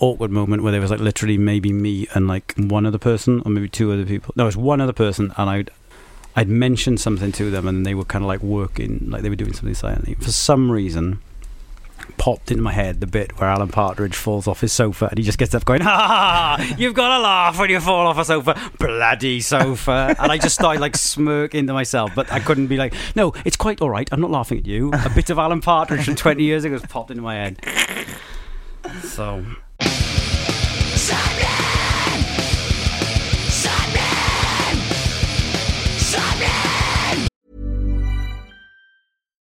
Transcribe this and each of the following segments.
awkward moment where there was like literally maybe me and like one other person or maybe two other people. No, it was one other person, and I'd I'd mentioned something to them, and they were kind of like working, like they were doing something silently. For some reason, popped into my head the bit where Alan Partridge falls off his sofa and he just gets up going, "Ha! ha, ha, You've got to laugh when you fall off a sofa, bloody sofa!" and I just started like smirking to myself, but I couldn't be like, "No, it's quite all right. I'm not laughing at you." A bit of Alan Partridge from 20 years ago has popped into my head. So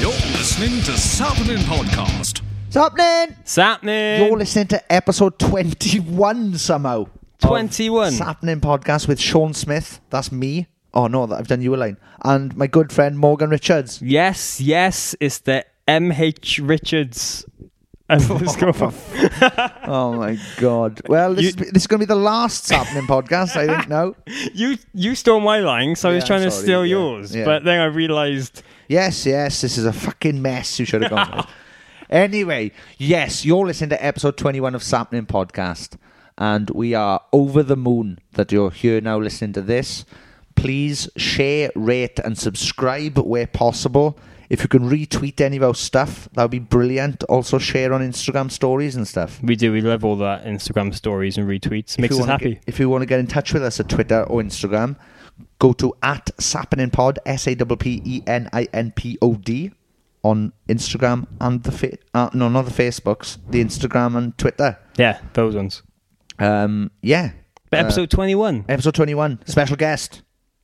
You're listening to Sapnin Podcast. What's happening? It's happening. You're listening to episode 21 somehow. of 21. It's happening podcast with Sean Smith. That's me. Oh no, that I've done you a line. And my good friend Morgan Richards. yes, yes, it's the MH Richards. And let's go for Oh my god. Well, this, You- is, this is going to be the last happening podcast, I think. No. you. You stole my line, so I was Yeah, trying to sorry, steal yeah, yours, yeah. but then I realised Yes, yes, this is a fucking mess. You should have gone. with. Anyway, yes, you're listening to episode 21 of Sapling Podcast, and we are over the moon that you're here now listening to this. Please share, rate, and subscribe where possible. If you can retweet any of our stuff, that would be brilliant. Also, share on Instagram stories and stuff. we do. We love all that Instagram stories and retweets. Makes if you us wanna happy. Get, if you want to get in touch with us at Twitter or Instagram, go to at sappeninpod, S A P P E N I N P O D, on Instagram and the fa- uh, no, not the Facebooks, the Instagram and Twitter. yeah, those ones. Um, yeah, But episode twenty-one, episode twenty-one, special guest,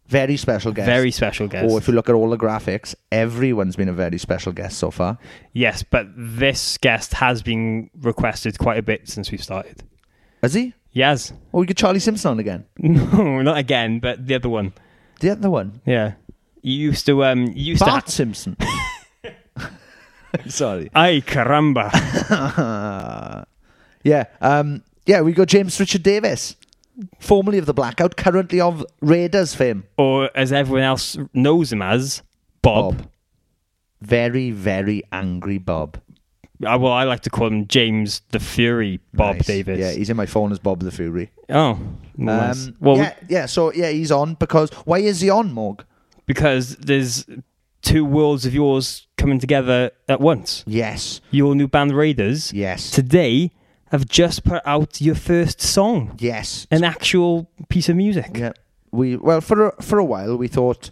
very special guest, very special guest. Or if you look at all the graphics, everyone's been a very special guest so far. yes, but this guest has been requested quite a bit since we've started. Has he? Yes. Or we get Charlie Simpson on again. No, not again, but the other one. The other one, Yeah. You used to um you used Bart to Simpson. Sorry. Ay caramba. Yeah, um, yeah, we got James Richard Davis, formerly of the Blackout, currently of Raiders fame. or as everyone else knows him as, Bob. Bob. Very, very angry Bob. Uh, well, I like to call him James the Fury Bob Nice. Davis. Yeah, he's in my phone as Bob the Fury. oh, nice. Um, well, yeah, yeah. So yeah, he's on because why is he on, Morg? because there's two worlds of yours coming together at once. Yes, Your new band Raiders yes, today have just put out your first song, yes. an actual piece of music. Yeah, we well for a, for a while we thought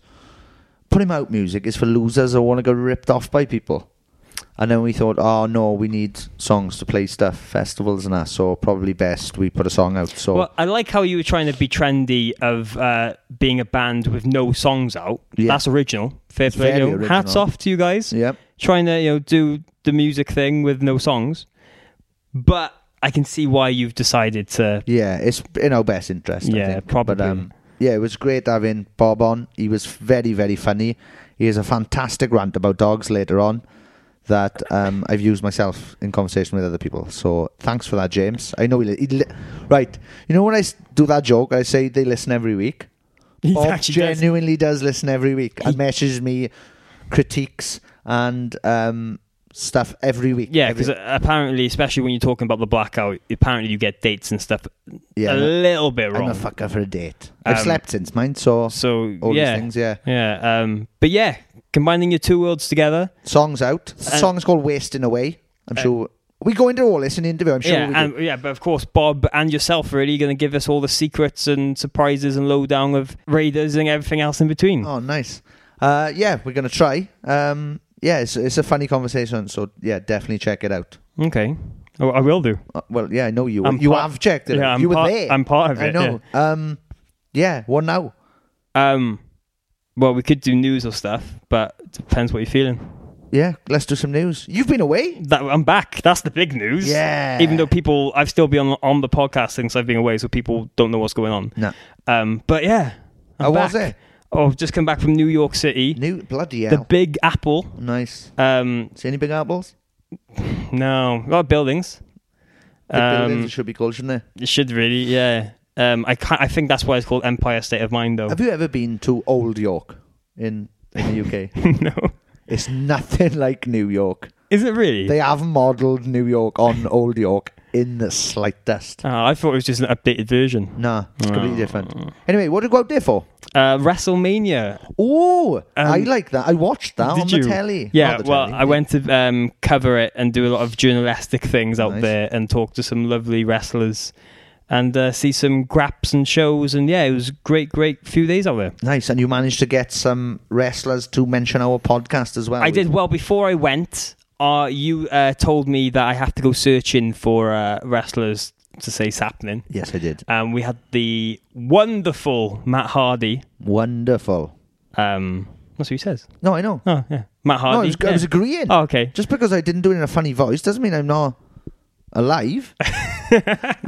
putting out music is for losers who want to get ripped off by people, and then we thought, oh no, we need songs to play stuff, festivals and that. So probably best we put a song out. So Well, I like how you were trying to be trendy of uh, being a band with no songs out. Yeah. That's original. Fair play. very you know, Hats original. off to you guys. Yep. Trying to you know do the music thing with no songs, but I can see why you've decided to. Yeah, it's in our best interest. I Yeah, think. But, probably. um, yeah, it was great having Bob on. He was very, very funny. He has a fantastic rant about dogs later on that um, I've used myself in conversation with other people. So thanks for that, James. I know he, li- he li- right. You know when I s- do that joke, I say they listen every week. He Bob actually does. genuinely does. listen every week and messages me critiques and um, stuff every week. Yeah, Every- because apparently, especially when you're talking about the blackout, apparently you get dates and stuff Yeah, a I'm a- little bit I'm wrong. a fucker for a date. I've Um, slept since mine, so so all yeah, these things. Yeah. yeah. Um, but yeah, combining your two worlds together. Song's out. The song's called Wasting Away. I'm sure we go into all this in the interview. I'm sure Uh, yeah, we do. and, yeah, but of course, Bob and yourself are really going to give us all the secrets and surprises and lowdown of Raiders and everything else in between. Oh, nice. Uh, yeah, we're gonna try. Um, yeah, it's, it's a funny conversation, so yeah, definitely check it out. Okay, oh, I will do. Uh, well, yeah, I know you. I'm you part- have checked it. Yeah, out. I'm you were part- there. I'm part of I it, know. Um, yeah. What now? Um, well, we could do news or stuff, but it depends what you're feeling. Yeah, let's do some news. You've been away. That I'm back. That's the big news. Yeah. Even though people, I've still been on, on the podcast since I've been away, so people don't know what's going on. No. Um, but yeah, I'm How was back. it? Oh, I've just come back from New York City. New bloody the hell. Big Apple. nice. Um, See any big apples? no, a lot of buildings. Big Um, buildings, it should be called, shouldn't it? It should really, yeah. Um, I can't, I think that's why it's called Empire State of Mind, though. Have you ever been to Old York in in the UK? no, it's nothing like New York. is it really? They have modelled New York on Old York in the slightest. Oh, I thought it was just an updated version. Nah, it's completely different. Anyway, what did you go out there for? Uh, WrestleMania. Oh, I like that. I watched that Um, Did on you? the telly. Yeah, Not the well, telly. I went to um, cover it and do a lot of journalistic things out Nice. there and talk to some lovely wrestlers and uh, see some graps and shows. And yeah, it was a great, great few days out there. Nice, and you managed to get some wrestlers to mention our podcast as well. I did well before I went. Uh, you uh, told me that I have to go searching for uh, wrestlers to say it's happening. Yes, I did. Um, we had the wonderful Matt Hardy. Wonderful. Um, that's what he says. No, I know. Oh, yeah. Matt Hardy. no, I was, I yeah. was agreeing. Oh, okay. Just because I didn't do it in a funny voice doesn't mean I'm not alive.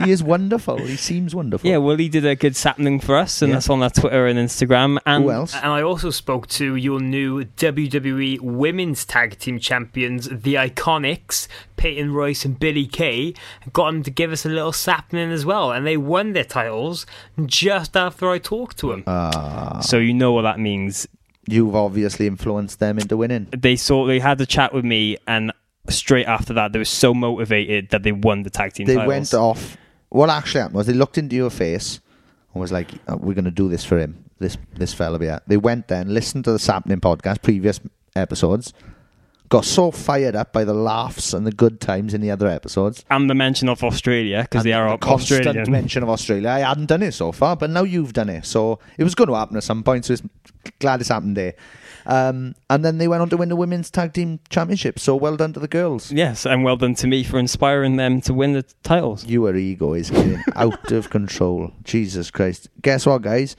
he is wonderful. He seems wonderful. Yeah, well, he did a good sapling for us, and Yeah. that's on our Twitter and Instagram. And Who else? And I also spoke to your new WWE Women's Tag Team Champions, the Iconics, Peyton Royce and Billy Kay, and got them to give us a little sapling as well, and they won their titles just after I talked to them. Ah. So you know what that means. You've obviously influenced them into winning. They saw they had a chat with me, and straight after that, they were so motivated that they won the tag team. They titles. went off. What actually happened was they looked into your face and was like, "Oh, "We're going to do this for him, this this fella here." They went then listened to the Sapling podcast, previous episodes, got so fired up by the laughs and the good times in the other episodes. and the mention of Australia because they and are the up constant Australian. mention of Australia. I hadn't done it so far, but now you've done it, so it was going to happen at some point. So it's glad it's happened there. Um, and then they went on to win the women's tag team championship. So well done to the girls. Yes, and well done to me for inspiring them to win the titles. Your ego is getting out of control. Jesus Christ. Guess what, guys?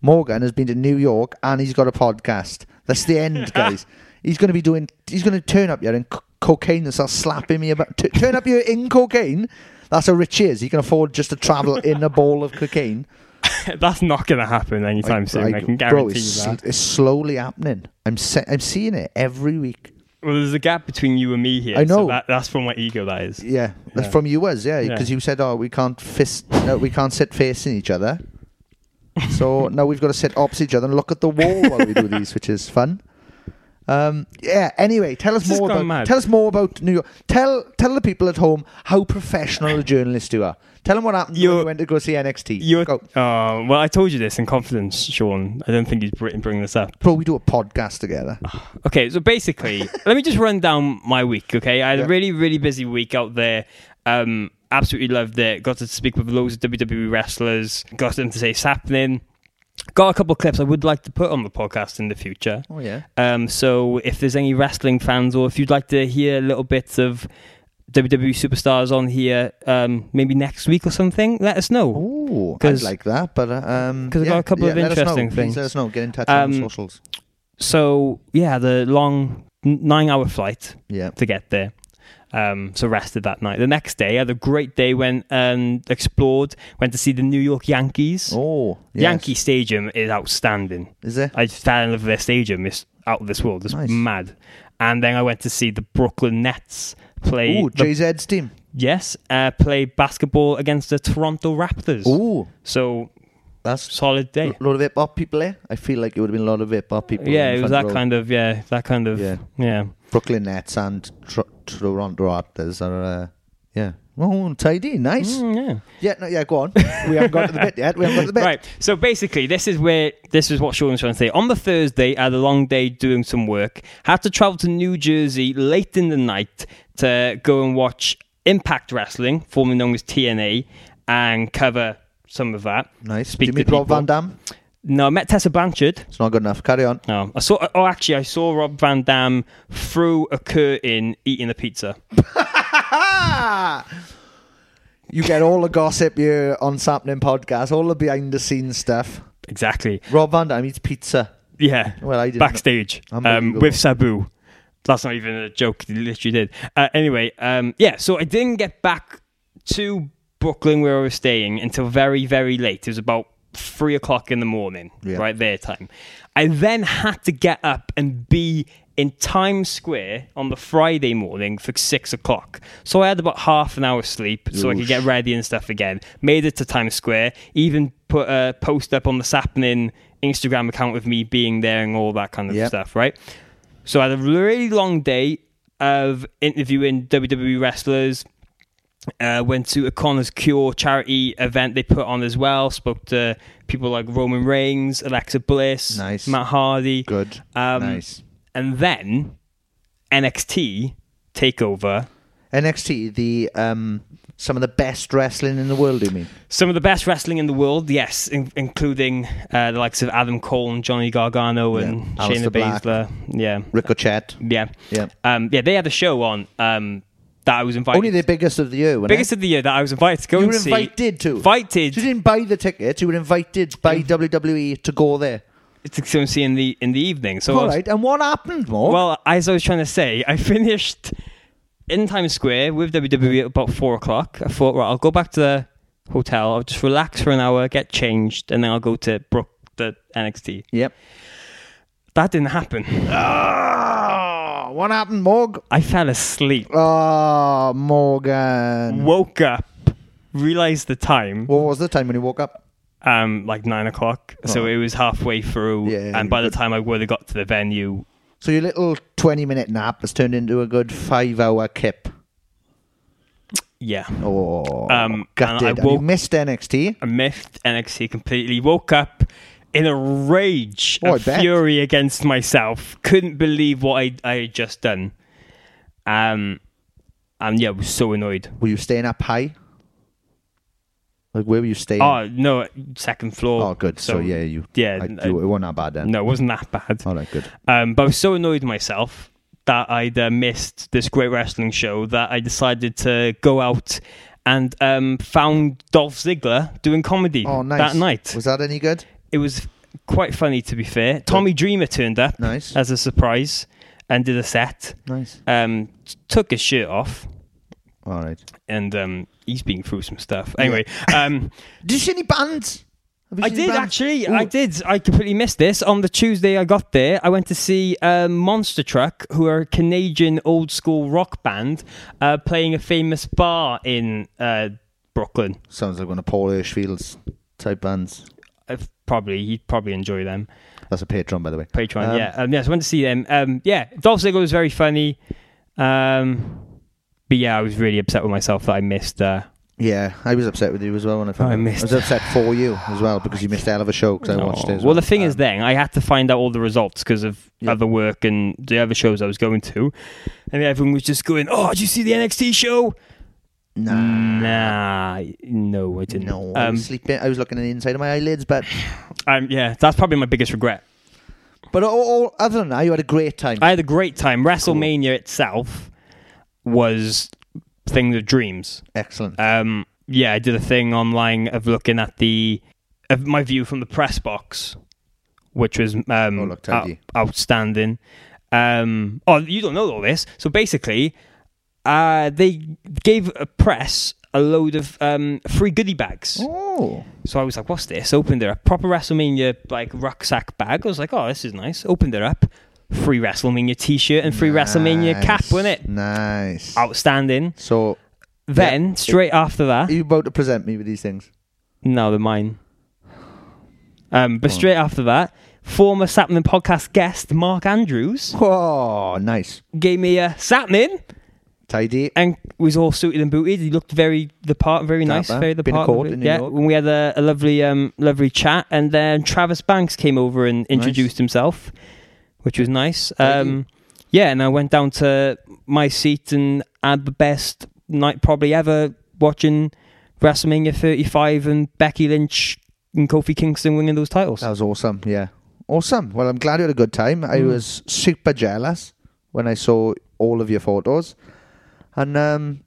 Morgan has been to New York and he's got a podcast. That's the end, guys. he's going to be doing, he's going to turn up here and c- cocaine and start slapping me about. T- turn up here in cocaine? That's how rich he is. He can afford just to travel in a ball of cocaine. That's not going to happen anytime soon. I, can guarantee bro, you it's, that. it's slowly happening. I'm se- I'm seeing it every week. Well, there's a gap between you and me here. I know. So that, that's from my ego. That is. Yeah, that's from you, us. Yeah, because Yeah. you said, "Oh, we can't fist, no, we can't sit facing each other." So now we've got to sit opposite each other and look at the wall while we do these, which is fun. Um, yeah. Anyway, tell us This has more gone about mad. tell us more about New York. Tell tell the people at home how professional a journalist you are. Tell them what happened when You're- you went to go see NXT. You're, Go. Uh, well, I told you this in confidence, Sean. I don't think you'd br- bring this up. bro. We do a podcast together. Ah. Okay, so basically, let me just run down my week. Okay, I had a really, really busy week out there. Um, absolutely loved it. Got to speak with loads of WWE wrestlers. Got them to say it's happening. Got a couple of clips I would like to put on the podcast in the future. Oh yeah. Um, so if there's any wrestling fans, or if you'd like to hear a little bit of WWE superstars on here, um, maybe next week or something, let us know. Ooh, I'd 'Cause- like that, but uh, um, 'cause I've got a couple of let us know. interesting Please things. Let us know. Get in touch on Um, socials. So yeah, the long nine-hour flight Yeah, to get there. Um, so rested that night. The next day, I had a great day. Went and explored. Went to see the New York Yankees. Oh, yes. Yankee Stadium is outstanding. Is it? I fell in love with their stadium. It's out of this world. It's Nice. mad. And then I went to see the Brooklyn Nets play. Ooh, the- Jay Z's team. yes, uh, play basketball against the Toronto Raptors. Ooh, So that's solid a day. lot of hip hop people. Eh? I feel like it would have been a lot of hip hop people. Yeah, it was that kind of yeah, that kind of Yeah. yeah. Brooklyn Nets and Tr- Toronto Raptors are uh, Yeah. Oh, tidy, nice. yeah. Yeah, no, yeah, go on. We haven't got to the bit yet. We haven't got to the bit. Right. So basically, this is where this is what Sean was trying to say. On the Thursday, I had a long day doing some work. Had to travel to New Jersey late in the night to go and watch Impact Wrestling, formerly known as TNA, and cover some of that. Nice. Did Speak you to meet Rob people. Van Dam? No, I met Tessa Blanchard. It's not good enough. Carry on. No, I saw. Oh, actually, I saw Rob Van Dam through a curtain eating a pizza. You get all the gossip here on Sapling Podcast, all the behind the scenes stuff. Exactly. Rob Van Dam eats pizza. Yeah. Well, I didn't know- backstage um, Unbelievable. with Sabu. That's not even a joke. He literally did. Uh, anyway, um, yeah. So I didn't get back to Brooklyn where I was staying until very, very late. It was about three o'clock in the morning, Yeah. right there time. I then had to get up and be in Times Square on the Friday morning for six o'clock. So I had about half an hour's sleep so I could get ready and stuff again. Made it to Times Square, even put a post up on the Sapnin Instagram account with me being there and all that kind of Yep. stuff, right? So I had a really long day of interviewing WWE wrestlers. Uh, went to a Connors Cure charity event they put on as well. Spoke to people like Roman Reigns, Alexa Bliss, Nice. Matt Hardy. Good. Um, nice. And then NXT Takeover. NXT, the um, some of the best wrestling in the world, you mean? Some of the best wrestling in the world, yes, in- including uh, the likes of Adam Cole and Johnny Gargano and Yeah. Shayna Aleister Black. Baszler. Yeah, Ricochet. yeah, Yeah. Um, yeah, they had a show on um, that I was invited. Only the biggest of the year. wasn't biggest it? of the year that I was invited to go You and were see. invited to. Invited So you didn't buy the tickets. You were invited by WWE to go there. to go and see in the in the evening. So I All was- right. And what happened, Mo? Well, as I was trying to say, I finished in Times Square with WWE at about four o'clock. I thought, right, I'll go back to the hotel. I'll just relax for an hour, get changed, and then I'll go to Brook the NXT. yep. That didn't happen. Ah, what happened, Morg? I fell asleep, Ah, Morgan. woke up, realized the time, What was the time when you woke up? um, like nine o'clock. So Oh. it was halfway through, Yeah, and by the but- time I would have got to the venue, So your little 20 minute nap has turned into a good five hour kip. yeah, Oh, Um, gutted. and I And you woke- missed NXT. I missed NXT completely. Woke up in a rage Oh, I of bet. fury against myself. Couldn't believe what I I had just done. Um, and yeah, was so annoyed. Were you staying up high? Like, where were you staying? Oh no, second floor. Oh, good. So, yeah, you. Yeah, I- I- you- Oh. it wasn't that bad then. no, it wasn't that bad. All right, good. Um, but I was so annoyed myself that I'd uh, missed this great wrestling show that I decided to go out and um, found Dolph Ziggler doing comedy Oh, nice. that night. Was that any good? it was quite funny to be fair. Tommy Dreamer turned up Nice. as a surprise and did a set. Nice. Um, t- took his shirt off All right. and um, he's been through some stuff. Anyway, um, Did you see any bands? Have you I seen any did bands? actually. Ooh. I did. I completely missed this. On the Tuesday I got there, I went to see um, Monster Truck, who are a Canadian old school rock band, uh, playing a famous bar in uh, Brooklyn. Sounds like one of Paul Hirschfield's type bands. I've probably he'd probably enjoy them. That's a Patreon, by the way. Patreon. Um, yeah, um, yes, I went to see them. Um, yeah, Dolph Ziggler was very funny. Um, but yeah, I was really upset with myself that I missed. Uh, Yeah, I was upset with you as well when I found Oh, I out. missed- I was upset for you as well because you missed a hell of a show because I watched it. As well, the thing is, Um, then I had to find out all the results because of other work and the other shows I was going to, and everyone was just going, "Oh, did you see the NXT show?" nah, Nah, no, I didn't. no, I um, was sleeping. I was looking at the inside of my eyelids, but um, yeah, that's probably my biggest regret. but all, all other than that, you had a great time. I had a great time. WrestleMania itself was thing of dreams. Excellent. um, yeah, I did a thing online of looking at the of my view from the press box, which was um, Oh, look, tidy. out- outstanding. Um, oh, you don't know all this. So basically, uh, they gave a press a load of um, free goodie bags. oh, So I was like, "What's this?" Opened it up, proper WrestleMania like rucksack bag. I was like, "Oh, this is nice." Opened it up, free WrestleMania T-shirt and free WrestleMania cap, nice, wasn't it? Oh. Nice. Outstanding. So Then straight after that, are you about to present me with these things? No, they're mine. Um, but straight after that, former Sapnin podcast guest Mark Andrews Oh, nice. gave me a Sapnin tidy. and was all suited and booted. He looked very the part, very nice, Dapper. very the Been part. caught in New yeah, York. when we had a, a lovely, um, lovely chat, and then Travis Banks came over and introduced himself, which was nice. Um, yeah, and I went down to my seat and had the best night probably ever watching WrestleMania 35 and Becky Lynch and Kofi Kingston winning those titles. That was awesome. Yeah, awesome. Well, I'm glad you had a good time. Hmm. I was super jealous when I saw all of your photos, and um,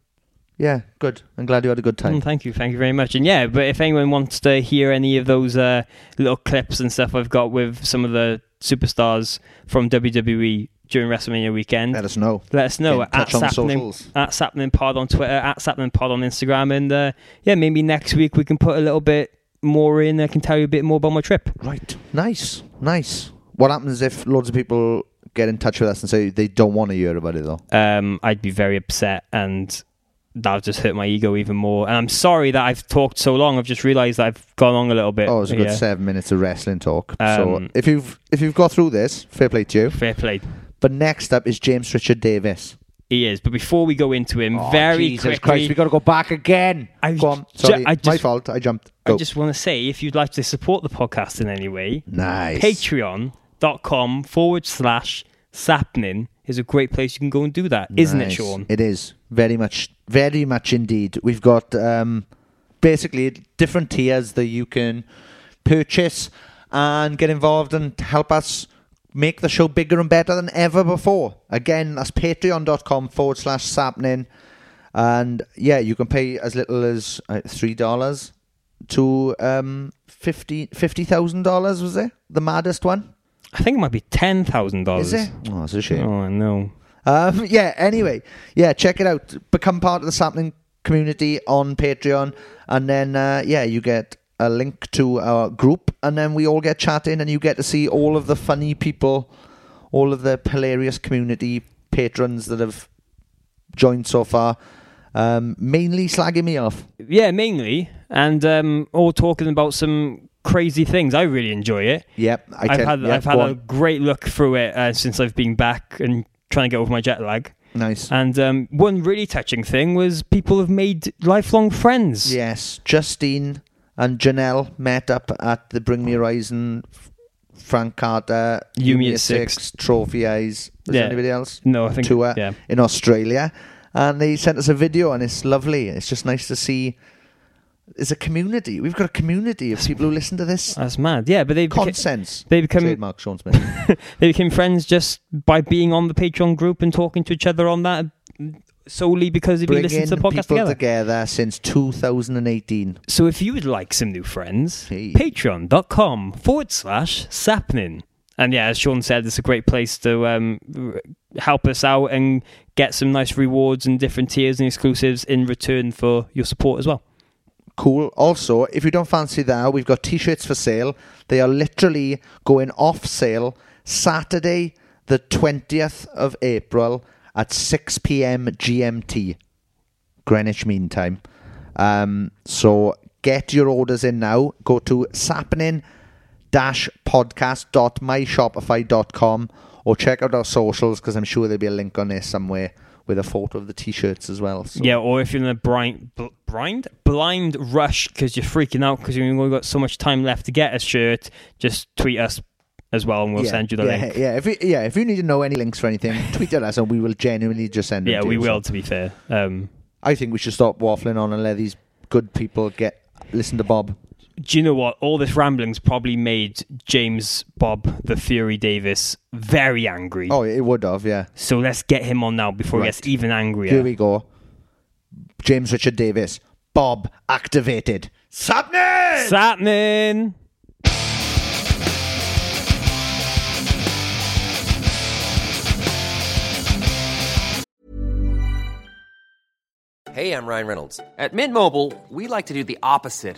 yeah, good. I'm glad you had a good time. Mm, thank you, thank you very much. And yeah, but if anyone wants to hear any of those uh, little clips and stuff I've got with some of the superstars from WWE during WrestleMania weekend, Let us know. let us know Get in at touch on the Sapling, socials. at Sapling Pod on Twitter, at Sapling Pod on Instagram, and uh, yeah, maybe next week we can put a little bit more in. I can tell you a bit more about my trip. Right. Nice. Nice. What happens if loads of people get in touch with us and say they don't want to hear about it though? um, I'd be very upset and that'll just hurt my ego even more. And I'm sorry that I've talked so long. I've just realised that I've gone on a little bit. Oh, it was a good Yeah. seven minutes of wrestling talk. so Um, if you've if you've got through this, fair play to you. Fair play. But next up is James Richard Davis. He is. But before we go into him, very Jesus quickly, Christ, we got to go back again. I go on. ju- Sorry, I my just- fault. I jumped. I Go. just want to say if you'd like to support the podcast in any way, nice. patreon.com forward slash sapnin is a great place you can go and do that, isn't it, Nice. Sean? It is very much, very much indeed. We've got um, basically different tiers that you can purchase and get involved and help us make the show bigger and better than ever before. Again, that's patreon.com forward slash sapnin. And yeah, you can pay as little as uh, $3 to um, 50 $50,000, was it? The maddest one? I think it might be $10,000. Is it? Oh, that's a shame. Oh, I know. Um, yeah, anyway, yeah, check it out. Become part of the sampling community on Patreon. And then, uh, yeah, you get a link to our group. And then we all get chatting, and you get to see all of the funny people, all of the hilarious community patrons that have joined so far. Um, mainly slagging me off. Yeah, mainly. And um, all talking about some crazy things. I really enjoy it. Yep, I I've tell- had yeah, I've had go a on. great look through it uh, since I've been back and trying to get over my jet lag. nice. And um, one really touching thing was people have made lifelong friends. Yes, Justine and Janelle met up at the Bring Me Horizon, F- Frank Carter, Yumi Yumi at six. Trophy Eyes. Was Yeah. anybody else? No, I think- tour yeah. in Australia, and they sent us a video, and it's lovely. It's just nice to see. It's a community. We've got a community of people who listen to this. That's mad. Yeah, but they beca- Consents. they become- trademark Sean Smith. they became friends just by being on the Patreon group and talking to each other on that solely because they've been Bringing listening to the people podcast together. since 2018. So if you would like some new friends, Hey. patreon.com forward slash sapnin. And yeah, as Sean said, it's a great place to um, r- help us out and get some nice rewards and different tiers and exclusives in return for your support as well. cool. Also, if you don't fancy that, we've got t-shirts for sale. They are literally going off sale Saturday, the 20th of April at 6 p.m. GMT, Greenwich Mean Time. Um, so get your orders in now. Go to sapnin podcast.myshopify.com or check out our socials because I'm sure there'll be a link on there somewhere with a photo of the t-shirts as well. So. Yeah, or if you're in a blind, bl- blind, blind rush because you're freaking out because you've only got so much time left to get a shirt, just tweet us as well and we'll send you the yeah, link. Yeah, if you, yeah, if you need to know any links for anything, tweet at us and we will genuinely just send them. Yeah, to we you. will, So to be fair. Um, I think we should stop waffling on and let these good people get listen to Bob. do you know what? All this rambling's probably made James Bob the Fury Davis very angry. Oh, it would have. Yeah. So let's get him on now before he Right. gets even angrier. Here we go. James Richard Davis. Bob activated. Subnet. It's happening. Hey, I'm Ryan Reynolds. At Mint Mobile, we like to do the opposite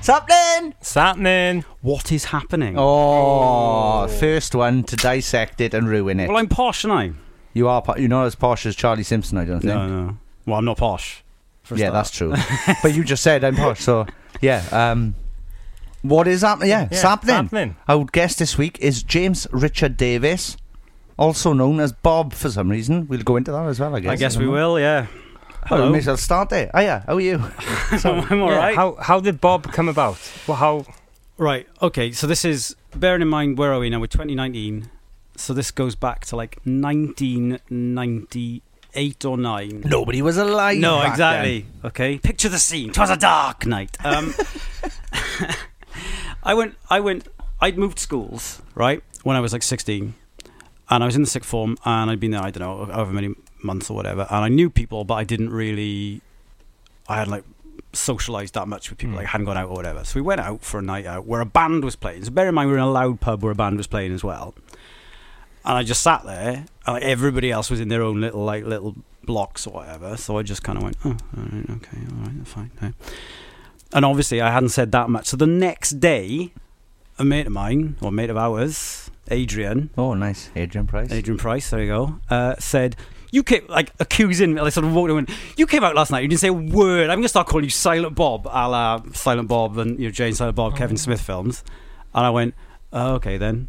Something! Satnin. What is happening? Oh, first one to dissect it and ruin it. Well, I'm posh, and I. you are, po- you're not as posh as Charlie Simpson, I don't think. No, no. Well, I'm not posh. for a yeah, start. that's true. but you just said I'm posh, so yeah. Um, what is happening? Yeah, it's happening. happening. Our guest this week is James Richard Davis, also known as Bob for some reason. We'll go into that as well, I guess. I guess don't we know. will. Yeah. Well, we Hello. may as well start there. Oh yeah, how are you? I'm all Yeah, right. How how did Bob come about? Well, how Right. Okay. So this is bearing in mind where are we now? We're 2019. So this goes back to like 1998 or nine. Nobody was alive. No, back exactly. Okay. Picture the scene. 'Twas a dark night. Um, I went. I went. I'd moved schools right when I was like 16, and I was in the sixth form, and I'd been there. I don't know, however many months or whatever, and I knew people, but I didn't really. I had like socialized that much with people. Like hadn't gone out or whatever. So we went out for a night out where a band was playing. So bear in mind we were in a loud pub where a band was playing as well. And I just sat there, and like, everybody else was in their own little like little blocks or whatever. So I just kind of went, oh, all right, okay, all right, fine. yeah." And obviously, I hadn't said that much. So the next day, a mate of mine, or a mate of ours, Adrian, Then. Oh, nice, Adrian Price. Adrian Price, there you go, uh, said, you came, like, accusing me, like, sort of walked in and went, you came out last night, you didn't say a word, I'm going to start calling you Silent Bob, a la Silent Bob and, you know, Jane Silent Oh, Bob, Kevin Smith films. And I went, oh, okay then.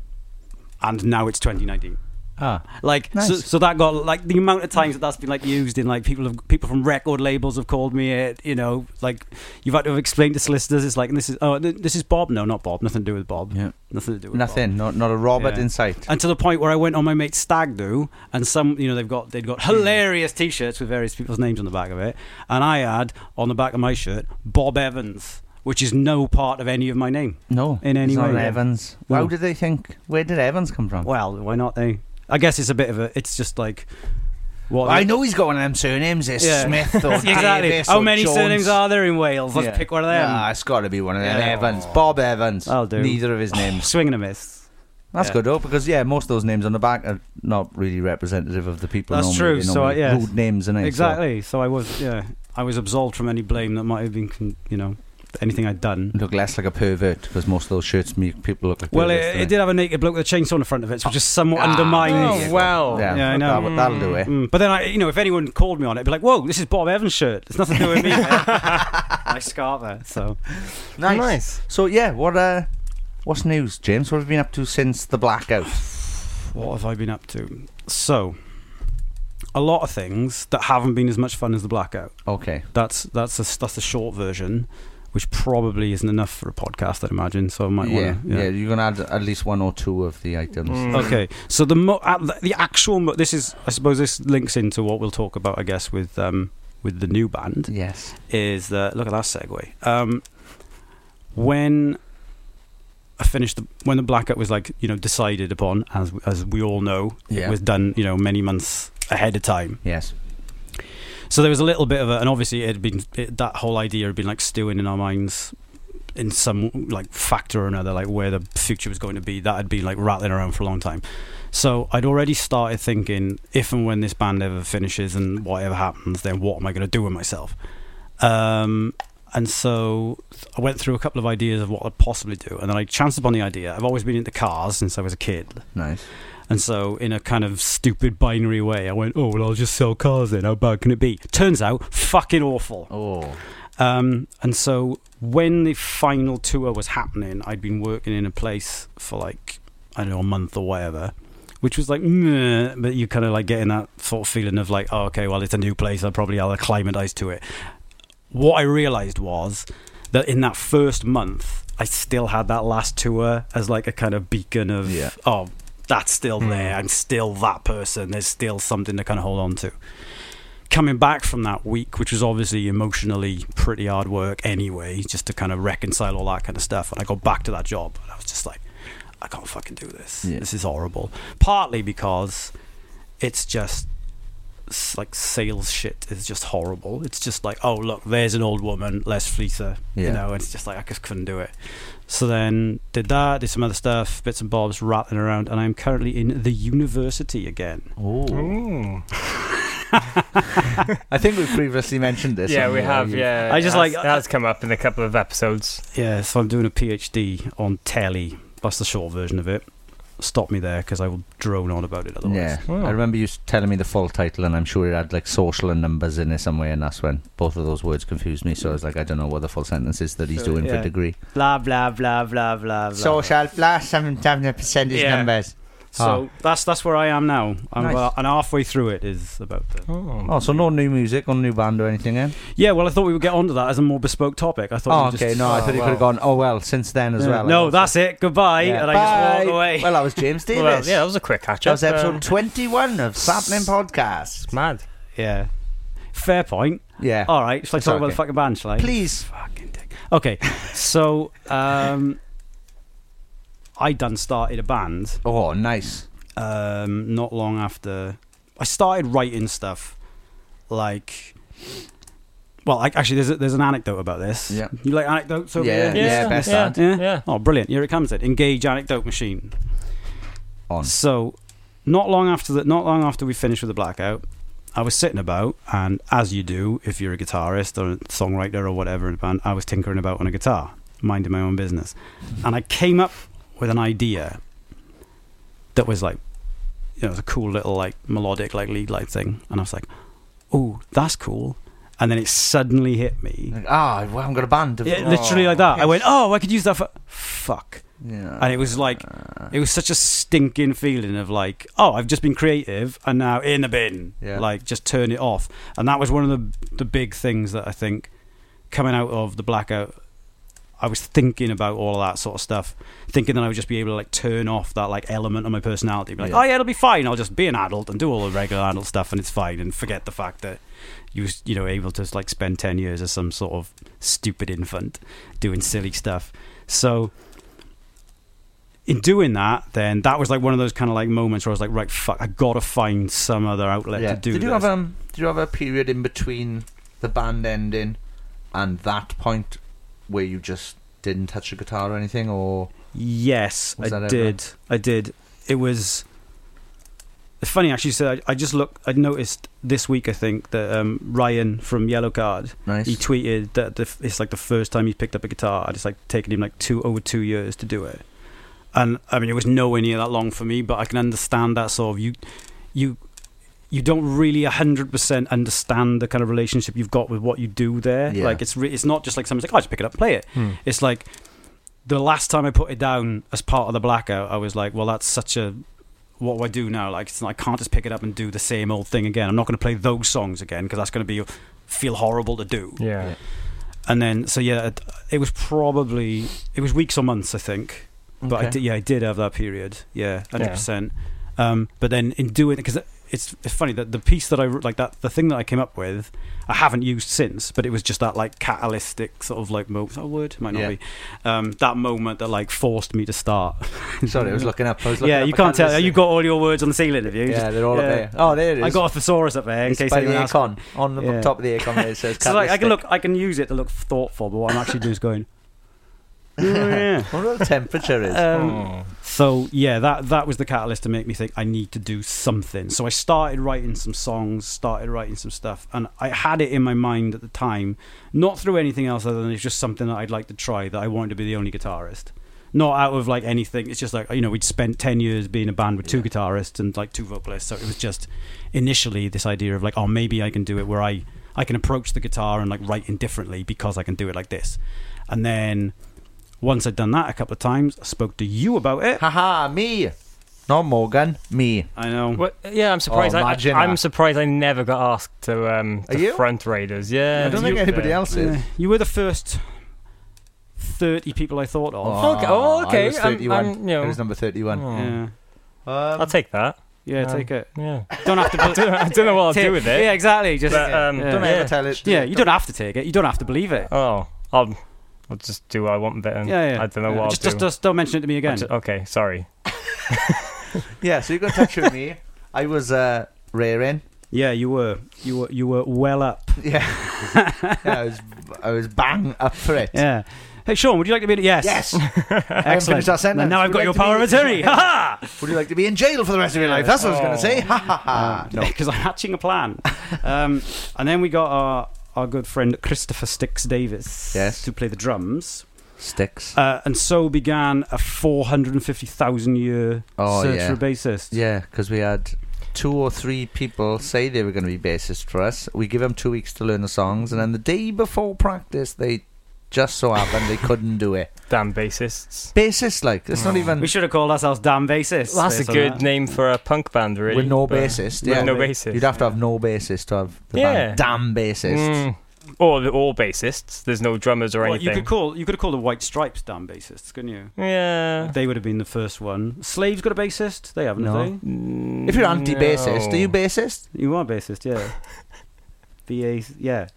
And now it's 2019. Ah, Like so, Nice. so that got like the amount of times that that's been like used in like people have people from record labels have called me it you know like you've had to explain to solicitors it's like and this is oh th- this is Bob no not Bob nothing to do with Bob Yeah. nothing to do with Bob. nothing. Not not a Robert Yeah. in sight. and to the point where I went on my mate's stag do and some you know they've got they'd got hilarious t-shirts with various people's names on the back of it and I had on the back of my shirt Bob Evans which is no part of any of my name No, in any he's way not an yeah. Evans. No. How did they think? Where did Evans come from? well why not they I guess it's a bit of a it's just like what I know he's got one of them surnames. It's Yeah. Smith or exactly. Davis How or many Jones. surnames are there in Wales? Let's Yeah. pick one of them. Nah, it's got to be one of them. Yeah. Evans, Bob Evans. I'll do. Neither of his names. Swing and a miss. That's Yeah. good though, because yeah, most of those names on the back are not really representative of the people. That's normally. true, They're so, normally uh, yes. rude names and exactly. So I was, yeah, I was absolved from any blame that might have been, con- you know, anything I'd done. Look less like a pervert because most of those shirts make people look like. Well, perverts, it, don't it did have a naked bloke with a chainsaw in front of it, so it just somewhat undermined. Ah. yeah. it. well. Yeah, Yeah, I know. That, that'll do eh? it. Mm, But then, I, you know, if anyone called me on it, I'd be like, "Whoa, this is Bob Evans' shirt. It's nothing to do with me." My scarf there. So Nice. Nice. So yeah, what uh, what's news, James? What have you been up to since the blackout? What have I been up to? So, a lot of things that haven't been as much fun as the blackout. Okay. That's that's a that's a short version, which probably isn't enough for a podcast, I'd imagine. So I might Yeah, want to. yeah, You're gonna add at least one or two of the items. Okay. So the mo- uh, the- the actual mo- this is I suppose this links into what we'll talk about I guess with um with the new band Yes. is that look at that segue. Um, when I finished the when the blackout was like you know decided upon as as we all know Yeah. it was done you know many months ahead of time. Yes. So there was a little bit of a, and obviously it had been it, that whole idea had been like stewing in our minds in some like factor or another, like where the future was going to be, that had been like rattling around for a long time. So I'd already started thinking, if and when this band ever finishes and whatever happens, then what am I going to do with myself? Um, and so I went through a couple of ideas of what I'd possibly do, and then I chanced upon the idea. I've always been into cars since I was a kid. Nice. And so, in a kind of stupid binary way, I went, "Oh well, I'll just sell cars then. How bad can it be?" Turns out, fucking awful. Oh. Um, and so, when the final tour was happening, I'd been working in a place for like I don't know a month or whatever, which was like, meh, but you kind of like getting that sort of feeling of like, oh, okay, well, it's a new place. I'll probably I'll acclimatize to it. What I realized was that in that first month, I still had that last tour as like a kind of beacon of, Yeah. oh, that's still there. I'm still that person. There's still something to kind of hold on to. Coming back from that week, which was obviously emotionally pretty hard work anyway, just to kind of reconcile all that kind of stuff. And I got back to that job and I was just like, I can't fucking do this. Yeah. This is horrible. Partly because it's just s- like sales shit is just horrible. It's just like, oh look, there's an old woman, let's fleece her. Yeah. You know, and it's just like I just couldn't do it. So then did that, did some other stuff, bits and bobs, rattling around, and I'm currently in the university again. Oh. Hmm. I think we previously mentioned this. yeah, haven't we have. You- Yeah, I just that's- like- that's come up in a couple of episodes. Yeah, so I'm doing a PhD on telly. That's the short version of it. Stop me there because I will drone on about it otherwise. Yeah, Wow. I remember you s- telling me the full title, and I'm sure it had like social and numbers in it somewhere, and that's when both of those words confused me. So I was like, I don't know what the full sentence is that he's doing for yeah. a degree. Blah blah blah blah blah blah. plus seven seven percentage Yeah. numbers. Ah. So that's that's where I am now. I'm Nice. about, and halfway through it is about the Oh, so no new music or new band or anything, eh? Yeah, well, I thought we would get onto that as a more bespoke topic. I thought. Oh, we okay. Just, No, I Oh, thought you could have well. gone. Oh well, since then as well. I no, guess. that's it. Goodbye, Yeah. and I just Bye. walk away. Well, I was James Davis. Well, yeah, that was a quick catch That up. was episode um, 21 of Sapling Podcast. mad. yeah, fair point. Yeah. All right, shall I It's talk about okay. the fucking band? Shall I? Please. Fucking dick. Okay, so um, I done started a band Oh, nice. um, not long after I started writing stuff like. Well, I, actually, there's a, there's an anecdote about this. Yeah. You like anecdotes? Over Yeah, here? yeah, Yeah, best yeah, ad. yeah. Oh, brilliant! Here it comes. It engage anecdote machine. On. So, not long after that, not long after we finished with the blackout, I was sitting about, and as you do if you're a guitarist or a songwriter or whatever in a band, I was tinkering about on a guitar, minding my own business, and I came up with an idea that was like, you know, it was a cool little like melodic like lead light thing, and I was like, oh, that's cool, and then it suddenly hit me. Like, Ah, I haven't got a band. Yeah, literally like that. I went, oh, I could use that for fuck Yeah. and it was like it was such a stinking feeling of like oh i've just been creative and now in the bin Yeah. like just turn it off and that was one of the the big things that i think coming out of the blackout i was thinking about all of that sort of stuff thinking that i would just be able to like turn off that like element of my personality be like Yeah. oh yeah it'll be fine i'll just be an adult and do all the regular adult stuff and it's fine and forget the fact that you was you know able to like spend 10 years as some sort of stupid infant doing silly stuff so in doing that, then that was like one of those kind of like moments where I was like, right, fuck, I gotta find some other outlet Yeah. to do did you this. have um? Did you have a period in between the band ending and that point where you just didn't touch a guitar or anything, or yes, Was that I ever- did. I did. It was it's funny actually. So I, I just looked. I noticed this week. I think that um, Ryan from Yellow Card nice? he tweeted that the, f- it's like the first time he picked up a guitar. and It's like taken him like two over two years to do it, and I mean it was nowhere near that long for me. But I can understand that sort of you, you, you don't really hundred percent understand the kind of relationship you've got with what you do there. Yeah. Like it's re- it's not just like someone's like oh just pick it up play it. It's like the last time I put it down as part of the blackout, I was like, well that's such a what do I do now? Like, it's not, I can't just pick it up and do the same old thing again. I'm not going to play those songs again because that's going to be feel horrible to do. Yeah. And then, so yeah, it, it was probably it was weeks or months, I think. But I Okay. did, yeah, I did have that period. Yeah, hundred percent. Um, but then in doing because it's it's funny that the piece that I wr- like that the thing that I came up with, I haven't used since. But it was just that like catalytic sort of like moment. Is that a word? Might not Yeah. be. Um, that moment that like forced me to start. Sorry, I was looking up. I was looking yeah, up you a can't tell. canvas. You got all your words on the ceiling, have you? Yeah, Just- they're all up yeah. there. Oh, there it is. I got a thesaurus up there in It's case by the anyone else icon on the Yeah. top of the icon. There it says. so like, I can catalytic. look, I can use it to look thoughtful, but what I'm actually doing is going, yeah. wonder what the temperature is. Um, So yeah, that that was the catalyst to make me think I need to do something. So I started writing some songs, started writing some stuff, and I had it in my mind at the time, not through anything else other than it's just something that I'd like to try that I wanted to be the only guitarist. Not out of like anything. It's just like you know we'd spent ten years being a band with two guitarists and like two vocalists, so it was just initially this idea of like oh maybe I can do it where I I can approach the guitar and like write indifferently because I can do it like this, and then once I'd done that a couple of times, I spoke to you about it. Haha, me. Not Morgan, me. I know. Well, uh, yeah, I'm surprised. Oh, I, imagine I, am that. surprised I never got asked to um Are to you? front raiders. Yeah, I don't think you- anybody yeah. else is. Uh, you were the first 30 people I thought of. Okay. Oh, okay. I was I'm- 31. I'm, you know. It was number 31. Yeah. Um, I'll take that. Yeah, Um, take it. Yeah. Don't have to. I don't, I don't know what I'll do with it. Yeah, exactly. Just But, um, yeah. don't yeah. ever tell it. yeah, you don't have to take it. You don't have to believe it. Oh, I'll, I'll just do what I want with it. And Yeah, yeah. I don't know Yeah. what just, I'll just, do. just don't mention it to me I'll again. ju- okay, sorry. Yeah, so you got in touch with me. I was uh, rearing. Yeah, you were, you were, you were well up. Yeah. yeah I, was, I was bang up for it. Yeah. Hey, Sean, would you like to be? Yes. Yes. haven't Excellent. finished that sentence. Now I've Would got you your like to power of be- attorney. Ha ha. Would you like to be in jail for the rest of your life? That's what I was going to say. Ha ha Oh. ha. Ah, No. because Um, I'm hatching a plan. um, and then we got our our good friend Christopher Sticks Davis Yes. to play the drums. Sticks. Uh, and so began a 450,000 year Oh, search yeah. for a bassist. Yeah, because we had two or three people say they were going to be bassists for us. We give them two weeks to learn the songs, and then the day before practice, they just so happened they couldn't do it. Damn bassists. Bassist, like, it's not even. We should have called ourselves Damn Bassists. Well, that's a based on good that. name for a punk band, really. with no but- bassist. with Yeah. no bassist. You'd have to have no bassist to have the Yeah. band. Damn bassist. Mm. Or the- all bassists. There's no drummers or Well, you anything. could call you could have called the White Stripes Damn Bassists, couldn't you? yeah. They would have been the first one. Slaves got a bassist. They haven't, No. have they? If you're anti-bassist, are you bassist? You are a bassist, yeah. B A, yeah.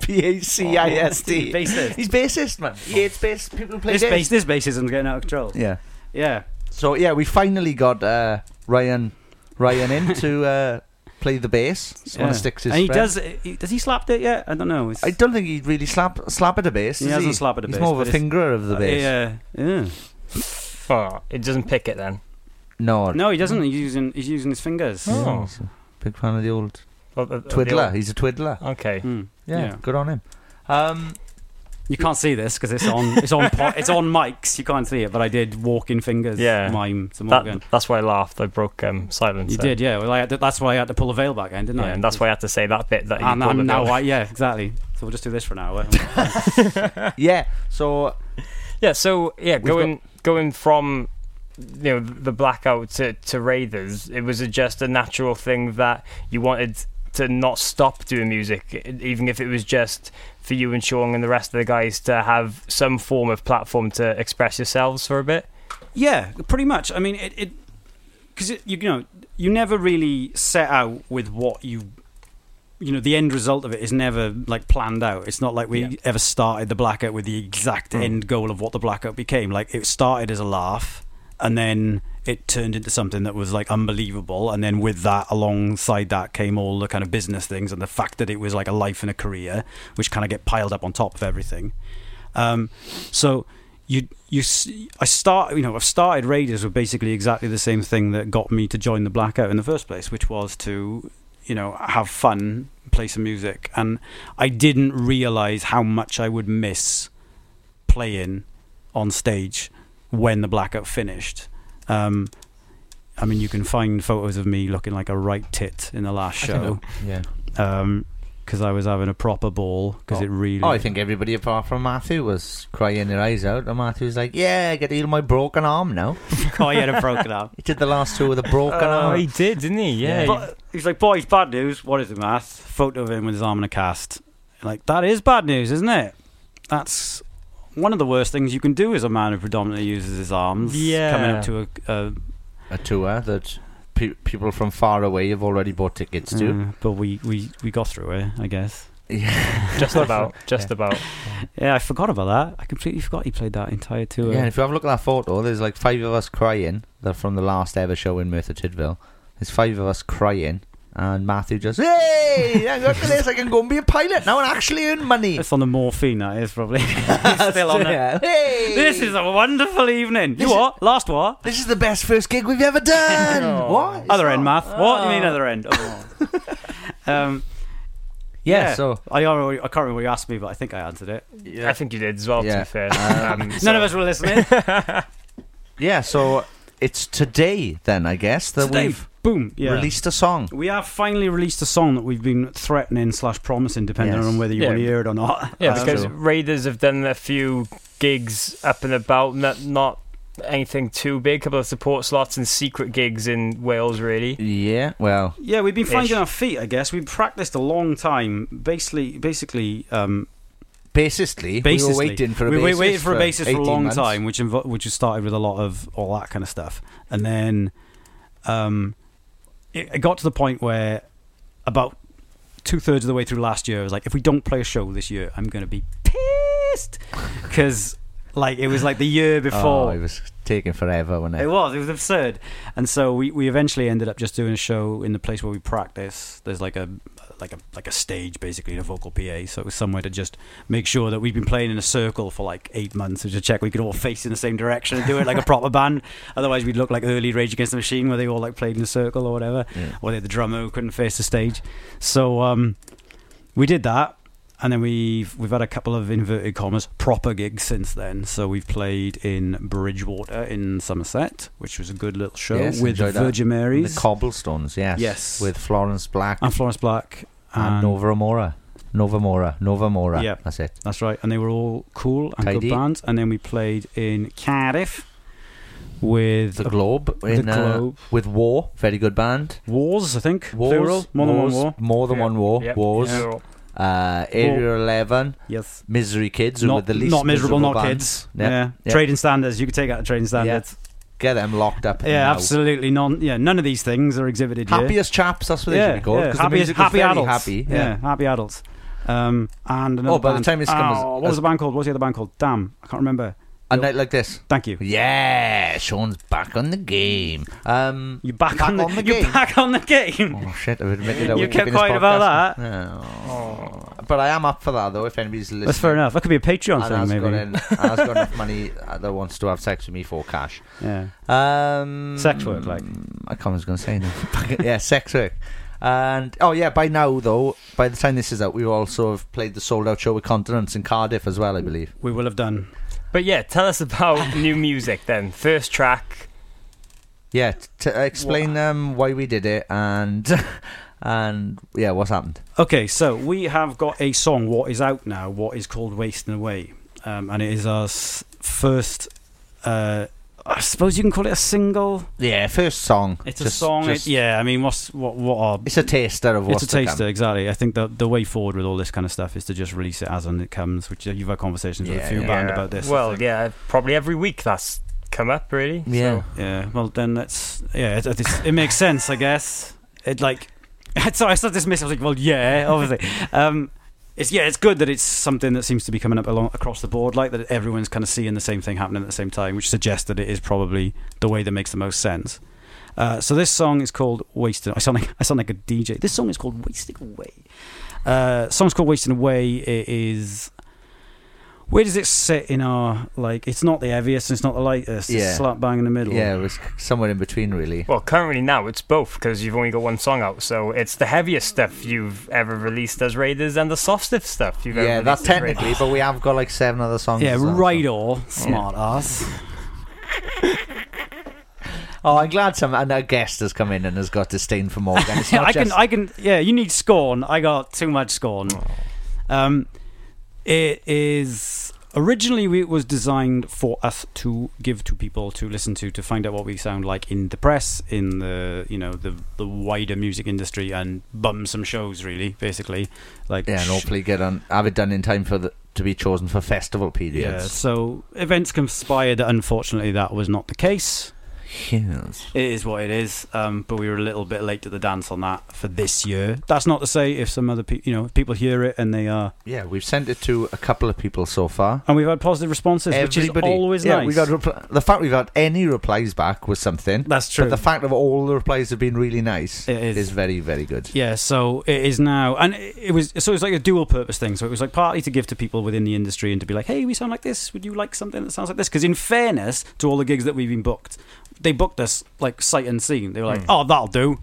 P A C I S T. Bassist. Oh, He's bassist, man. He hates bass. People who play This bass. bass, this bassism's getting out of control. Yeah. yeah. So yeah, we finally got uh, Ryan Ryan in to uh, play the bass. It's one Yeah. of Sticks' And he friends. does. He, does he slap it yet? I don't know. It's- I don't think he'd really slap slap at a bass. He does hasn't slapped at a He's bass, more but of a it's- fingerer of the uh, bass. Yeah, yeah. Oh, it doesn't pick it then. No, No, he doesn't. He's using he's using his fingers. Oh. He's a big fan of the old Well, uh, uh, the twiddler. old- He's a twiddler. Okay. Hmm, Yeah, good on him. Um, You can't see this because it's on it's on po- it's on mics. You can't see it, but I did walking fingers. Yeah. mime to Morgan. That, that's why I laughed. I broke um, silence. you there. did, yeah. Well, I had to, that's why I had to pull a veil back in, didn't Yeah, I? and that's why I had to say that bit that you And pulled I'm it now, off. I, yeah, exactly. So we'll just do this for an hour. yeah. So Yeah, so yeah, got- going going from you know the blackout to, to Raiders, it was a- just a natural thing that you wanted to not stop doing music, e- even if it was just for you and Sean and the rest of the guys to have some form of platform to express yourselves for a bit. Yeah, pretty much. I mean, it it because it, you know you never really set out with what you you know the end result of it is never like planned out. It's not like we ever started the blackout with the exact end goal of what the blackout became. Like it started as a laugh and then it turned into something that was like unbelievable and then with that alongside that came all the kind of business things and the fact that it was like a life and a career which kind of get piled up on top of everything um, so you you s- I start you know I've started Raiders with basically exactly the same thing that got me to join the Blackout in the first place, which was to you know have fun, play some music, and I didn't realize how much I would miss playing on stage when the Blackout finished. Um, I mean, you can find photos of me looking like a right tit in the last show yeah. because I was having a proper ball because it really. Oh, I think everybody apart from Matthew was crying their eyes out, and Matthew's like, "Yeah, I get to heal my broken arm now." oh, yeah, it broken up. He did the last two with a broken Uh, arm. did, didn't Oh, he? Yeah. But he's like, boys, bad news. What is it, Matt? Photo of him with his arm in a cast. Like, that is bad news, isn't it? That's one of the worst things you can do as a man who predominantly uses his arms. Yeah. Coming up to a, a a tour that pe- people from far away have already bought tickets to. Mm. uh, but we, we, we got through it, I guess. just about, just about. Yeah, I forgot about that. I completely forgot he played that entire tour. Yeah, and if you have a look at that photo, there's like five of us crying. They're from the last ever show in Merthyr Tydfil. There's five of us crying, And Matthew just, hey, I got to this. I can go and be a pilot now and actually earn money. It's on the morphine, that is probably. He's still on Yeah. it. Hey! This is a wonderful evening. You what? Last what? This is the best first gig we've ever done. What? It's other end, not- math. What do you mean other end? Oh. um, yeah, Yeah, so- I already, I can't remember what you asked me, but I think I answered it. I think you did as well. To Yeah. be fair, um, so- Uh, None of us were listening. Yeah, so it's today then, I guess, that Today, we've boom, yeah. released a song. We have finally released a song that we've been threatening slash promising, depending Yes. on whether you Yeah. want to hear it or not. Yeah, That's because true. Raiders have done a few gigs up and about, not not anything too big, couple of support slots and secret gigs in Wales, really. Yeah, well, Yeah, we've been finding Ish. our feet. I guess we've practiced a long time. Basically, basically, um, basically, basically, we were waiting for a we basis. were waiting for a basis for a 18 long months. time, which invo- which has started with a lot of all that kind of stuff, and then, um, it, it got to the point where about two thirds of the way through last year, I was like, if we don't play a show this year, I'm going to be pissed because. Like it was like the year Oh, before. it was taking forever, wasn't it? It was. It was absurd. And so we, we eventually ended up just doing a show in the place where we practice. There's like a like a like a stage basically and a vocal PA. So it was somewhere to just make sure that we'd been playing in a circle for like eight months to check we could all face in the same direction and do it like a proper band. Otherwise we'd look like early Rage Against the Machine where they all like played in a circle or whatever. Or they had the drummer who couldn't face the stage. So um we did that, and then we've we've had a couple of inverted commas proper gigs since then. So we've played in Bridgewater in Somerset, which was a good little show Yes, with the enjoyed that. Virgin Marys The cobblestones, yes. Yes. With Florence Black and Florence Black and Nova Amora. Nova Mora. Nova Mora. Yeah. That's it. That's right, and they were all cool and Tidy. good bands. And then we played in Cardiff with The Globe. The in, uh, Globe. with War. Very good band. Wars, I think. Wars. plural, more than one Wars, war. More than one war. Yep. Wars. Yeah. Uh, Area 11. Yes. Misery Kids. who were Not, the least not miserable, not band. kids. Yep. Yeah. Yep. Trading standards. You could take out the trading standards. Get them locked up. Yeah, now. absolutely. None. Yeah, none of these things are exhibited here. Happiest chaps. That's what they should be called. 'cause the happy, music was happy very adults. Happy. yeah. happy adults. Um, and another Oh, by the band- time this comes- oh, what was the band called? What was the other band called? Damn, I can't remember. A night like this. Thank you. Yeah, Sean's back on the game. Um, You're back, on, the, you're game. back on the game. Oh shit! I've admitted I You wouldn't kept be in this quiet about podcast. No. But I am up for that though. If anybody's listening, That's fair enough. That could be a And Patreon has, thing, Ah, got maybe. en- has got enough money uh, that wants to have sex with me for cash. Yeah. Um, Sex work, like. I can't. I was going to say now. yeah, sex work. And oh yeah, by now though, by the time this is out, we also have played the sold out show with Continents in Cardiff as well, I believe. We will have done. But yeah, tell us about new music then. First track. Yeah, t- to explain um, why we did it and and yeah, what's happened. Okay, so we have got a song. What is out now? What is called "Wasting Away," um, and it is our s- first. Uh, I suppose you can call it a single. Yeah, first song. It's a Just- song. it- just- yeah, I mean, what's what? What are It's a taster of what's it's a to taster, come. exactly. I think the the way forward with all this kind of stuff is to just release it as and it comes. Which you've had conversations with a Yeah, few yeah. band about this. Well, yeah, probably every week that's come up, really. Yeah. So. yeah. Well, then that's yeah. It, it's- it makes sense, I guess. It like sorry, I started dismissed. I was like, well, yeah, obviously. Um, it's yeah, it's good that it's something that seems to be coming up along across the board, like that everyone's kind of seeing the same thing happening at the same time, which suggests that it is probably the way that makes the most sense. Uh, so this song is called "Wasting." I sound like I sound like a DJ. This song is called "Wasting Away." Uh, song's called "Wasting Away." It is. Where does it sit in our like? It's not the heaviest, and it's not the lightest. Yeah. It's slap bang in the middle. Yeah, it was somewhere in between, really. Well, currently now it's both because you've only got one song out, so it's the heaviest stuff you've ever released as Raiders and the softest stuff you've yeah, ever. that's released as Raiders. technically, but we have got like seven other songs. yeah. as well, so- Right or smart ass. Oh, I'm glad some and our guest has come in and has got disdain for Morgan. It's Yeah, not I just, can, I can. Yeah, you need scorn. I got too much scorn. Oh. Um, it is originally we- it was designed for us to give to people to listen to to find out what we sound like in the press, in the you know the the wider music industry, and bum some shows really, basically. Like yeah, and sh- hopefully get on. Have it done in time for the, to be chosen for festival yeah. periods. So events conspired. that Unfortunately, that was not the case. Hughes. It is what it is. Um, but we were a little bit late to the dance on that for this year. That's not to say if some other people, you know, if people hear it and they are. Yeah, we've sent it to a couple of people so far. And we've had positive responses, which is Everybody- always yeah, nice. We got repl- the fact we've had any replies back was something. That's But true. the fact of all the replies have been really nice It is. very, very good. Yeah, so it is now, and it it was so it was like a dual purpose thing. So it was like partly to give to people within the industry and to be like, hey, we sound like this. Would you like something that sounds like this? Because in fairness to all the gigs that we've been booked, they booked us like sight and scene. They were like, Hmm. oh, that'll do.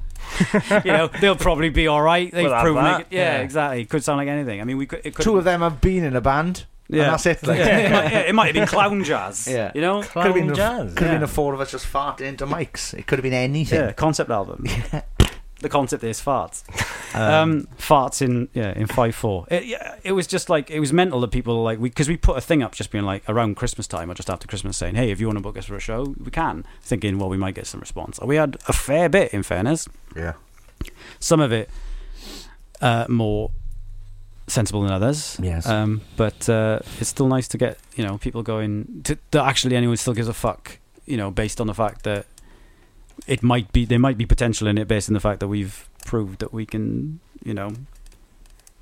you know, they'll probably be all right. They've We'll have proven that. it. Yeah, Yeah. exactly. Could sound like anything. I mean, we could. It could Two of them have been in a band. Yeah. And that's it. Like. Yeah, it might- yeah, it might have been clown jazz, Yeah. you know? Could have been, the- Clown jazz, Could have yeah. been the four of us just farting into mics. It could have been anything. Yeah, concept album. the concept is farts. Um, farts in yeah in five four. It, yeah, it was just like it was mental that people like we because we put a thing up just being like around Christmas time or just after Christmas saying hey if you want to book us for a show we can thinking well we might get some response. We had a fair bit in fairness. Yeah. Some of it uh, more sensible than others. Yes. Um, but uh, it's still nice to get you know people going to, that actually anyone still gives a fuck. You know, based on the fact that it might be there might be potential in it based on the fact that we've proved that we can you know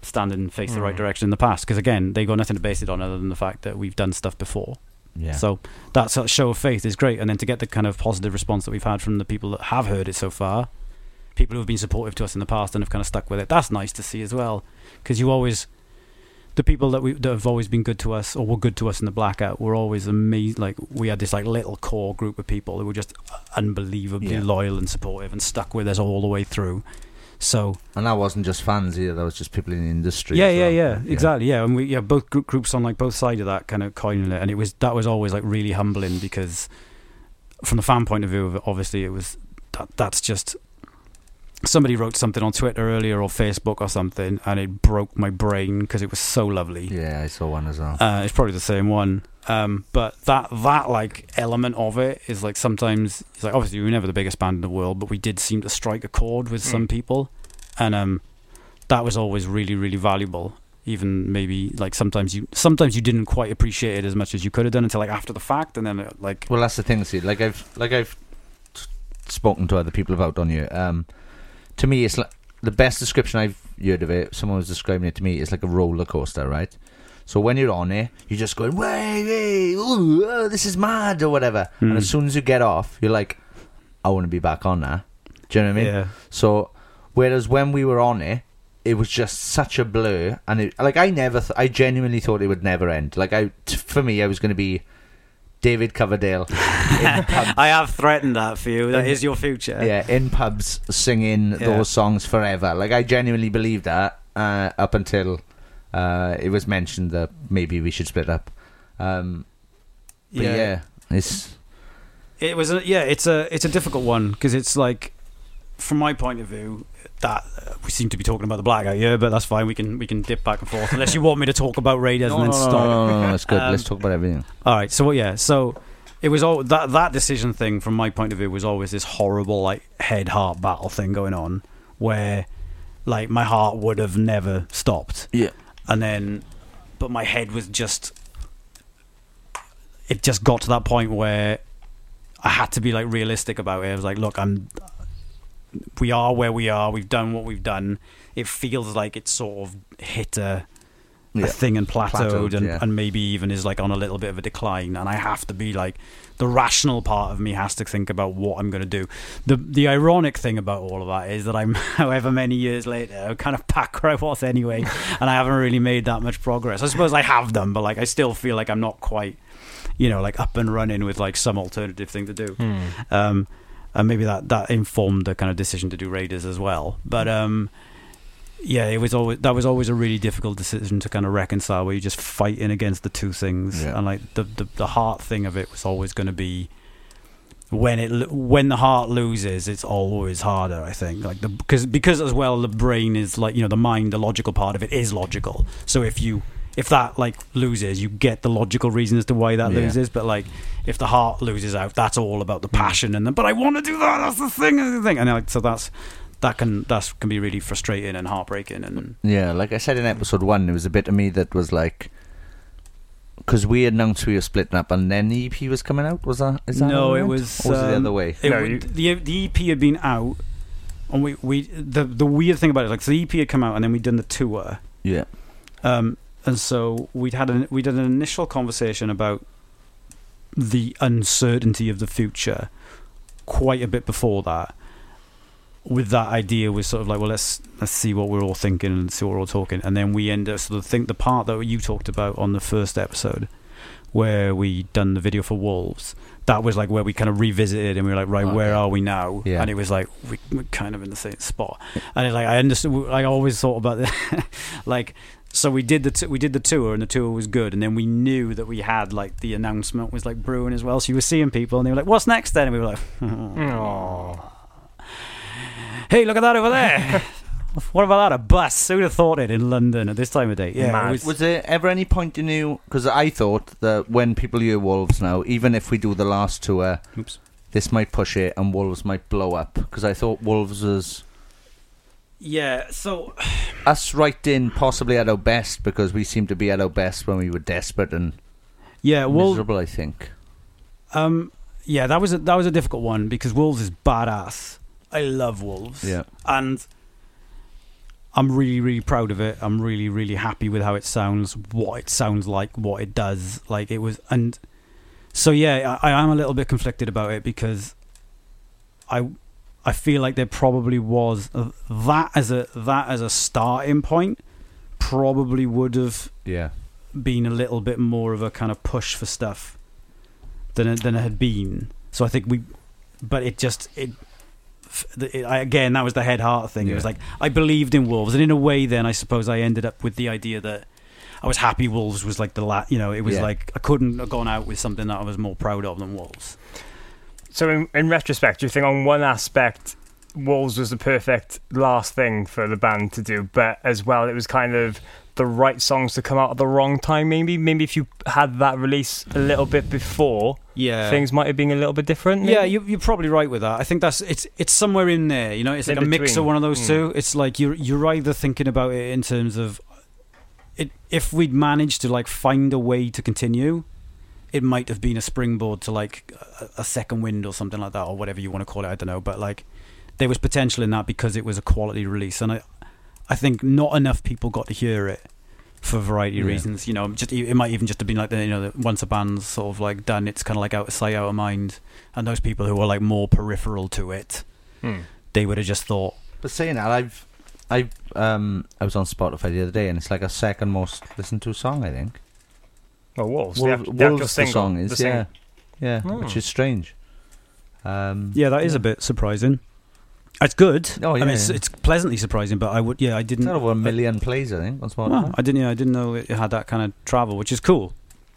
stand and face the right Mm. direction in the past because again they got nothing to base it on other than the fact that we've done stuff before Yeah. so that sort of show of faith is great and then to get the kind of positive response that we've had from the people that have heard it so far people who have been supportive to us in the past and have kind of stuck with it that's nice to see as well because you always the people that we that have always been good to us or were good to us in the blackout were always amazing. Like we had this like little core group of people who were just unbelievably Yeah. loyal and supportive and stuck with us all the way through. So And that wasn't just fans either, that was just people in the industry. yeah, as yeah, well. yeah, exactly, yeah. And we yeah both group, groups on like both sides of that kind of coining it, and it was that was always like really humbling because from the fan point of view, of it, obviously it was that that's just somebody wrote something on Twitter earlier or Facebook or something, and it broke my brain because it was so lovely. Yeah, I saw one as well. Uh, it's probably the same one. Um, but that that like element of it is like sometimes it's like obviously we were never the biggest band in the world, but we did seem to strike a chord with some Mm. people, and um, that was always really really valuable. Even maybe like sometimes you sometimes you didn't quite appreciate it as much as you could have done until like after the fact, and then uh, like Well, that's the thing. See, like I've like I've t- spoken to other people about on you. Um, to me, it's like the best description I've heard of it. Someone was describing it to me. It's like a roller coaster, right? So when you're on it, you're just going, "Way, way, ooh, oh, this is mad" or whatever. And Mm. as soon as you get off, you're like, "I want to be back on that." Do you know what I mean? Yeah. So, whereas when we were on it, it was just such a blur, and it, like I never, th- I genuinely thought it would never end. Like I, t- for me, I was going to be David Coverdale. I have threatened that for you. That is your future. yeah, in pubs singing Yeah. those songs forever. Like I genuinely believed that uh, up until uh, it was mentioned that maybe we should split up. Um, but Yeah. yeah. it's It was a, yeah, it's a it's a difficult one because it's like from my point of view that uh, we seem to be talking about the blackout, yeah, but that's fine. We can we can dip back and forth unless you want me to talk about Raiders no, no, and then no, stop. no, no, no, no, it's good. Um, Let's talk about everything. all right. So yeah. So it was all that that decision thing from my point of view was always this horrible like head heart battle thing going on where like my heart would have never stopped. Yeah. And then, but my head was just. It just got to that point where I had to be like realistic about it. I was like, look, I'm. We are where we are. We've done what we've done. It feels like it's sort of hit a, Yeah. a thing and plateaued, Plateaued, and, yeah. and maybe even is like on a little bit of a decline. And I have to be like, the rational part of me has to think about what I'm going to do. The the ironic thing about all of that is that I'm, however many years later, kind of back where I was anyway, and I haven't really made that much progress. I suppose I have done, but like I still feel like I'm not quite, you know, like up and running with like some alternative thing to do. Hmm. Um, and maybe that that informed the kind of decision to do Raiders as well. But um, yeah, it was always that was always a really difficult decision to kind of reconcile, where you're just fighting against the two things, Yeah. and like the, the the heart thing of it was always going to be when it lo- when the heart loses, it's always harder. I think like the because because as well the brain is like you know the mind, the logical part of it is logical. So if you if that like loses, you get the logical reason as to why that Yeah. Hmm. loses. But like if the heart loses out, that's all about the passion and the but I want to do that. That's the thing. That's the thing. And like, so that's that can that's can be really frustrating and heartbreaking and Yeah, like I said in episode one, it was a bit of me that was like, because we announced we were splitting up, and then the EP was coming out. Was that? Is that no, how it went? was, Or was it the um, other way. it w- the the EP had been out, and we we the the weird thing about it like so the EP had come out, and then we'd done the tour. Yeah. Um, and so we'd had an we did an initial conversation about the uncertainty of the future quite a bit before that. With that idea was sort of like, well, let's let's see what we're all thinking and see what we're all talking, and then we end up sort of think the part that you talked about on the first episode, where we done the video for Wolves. That was like where we kind of revisited and we were like, right, where are we now? Yeah. And it was like we, we're kind of in the same spot. And it, like I understood, I always thought about that. like so we did the t- we did the tour and the tour was good, and then we knew that we had like the announcement was like brewing as well. So you were seeing people and they were like, what's next then? And we were like, hey, look at that over there. What about that? A bus? Who'd have thought it in London at this time of day? Yeah, it was, there ever any point in you? Because I thought that when people hear Wolves now, even if we do the last tour, Oops. this might push it and Wolves might blow up. Because I thought Wolves was Yeah, so us right in, possibly at our best, because we seemed to be at our best when we were desperate and yeah, Wolves. miserable. I think. Um, yeah, that was a, that was a difficult one because Wolves is badass. I love Wolves. Yeah. and I'm really really proud of it. I'm really really happy with how it sounds, what it sounds like, what it does. Like it was, and so yeah, I, I am a little bit conflicted about it because I I feel like there probably was uh, that as a that as a starting point probably would have Yeah. been a little bit more of a kind of push for stuff than it, than it had been. So I think we, but it just it. f- the- It, I, again, that was the head heart thing. It was Yeah. like I believed in Wolves, and in a way, then I suppose I ended up with the idea that I was happy. Wolves was like the la you know, it was Yeah. like I couldn't have gone out with something that I was more proud of than Wolves. So, in, in retrospect, do you think on one aspect, Wolves was the perfect last thing for the band to do, but as well, it was kind of the right songs to come out at the wrong time, maybe? Maybe if you had that release a little bit before, Yeah. things might have been a little bit different. maybe? Yeah, you, you're probably right with that. I think that's it's it's somewhere in there. You know, it's In like a mix of between. one of those Mm. two. It's like you're you're either thinking about it in terms of it if we'd managed to like find a way to continue, it might have been a springboard to like a, a second wind or something like that, or whatever you want to call it. I don't know, but like there was potential in that because it was a quality release, and I I think not enough people got to hear it for a variety of Yeah. reasons. You know, just e, it might even just have been like the you know the, once a band's sort of like done, it's kind of like out of sight, out of mind, and those people who are like more peripheral to it, Hmm. they would have just thought, But saying that, I've, I, um, I was on Spotify the other day, and it's like a second most listened to song, I think. Well, Wolves- Wolves. the, act- the actual Wolves the single, song is, the sing- yeah, yeah, which Hmm. is strange. Um, yeah, that is a bit surprising. It's good. Oh, yeah, I mean, it's, yeah. it's pleasantly surprising, but I would, yeah, I Hmm. didn't. It's over a million plays, I think, on Spotify. Wow, I didn't, yeah, I didn't know it had that kind of travel, which is cool,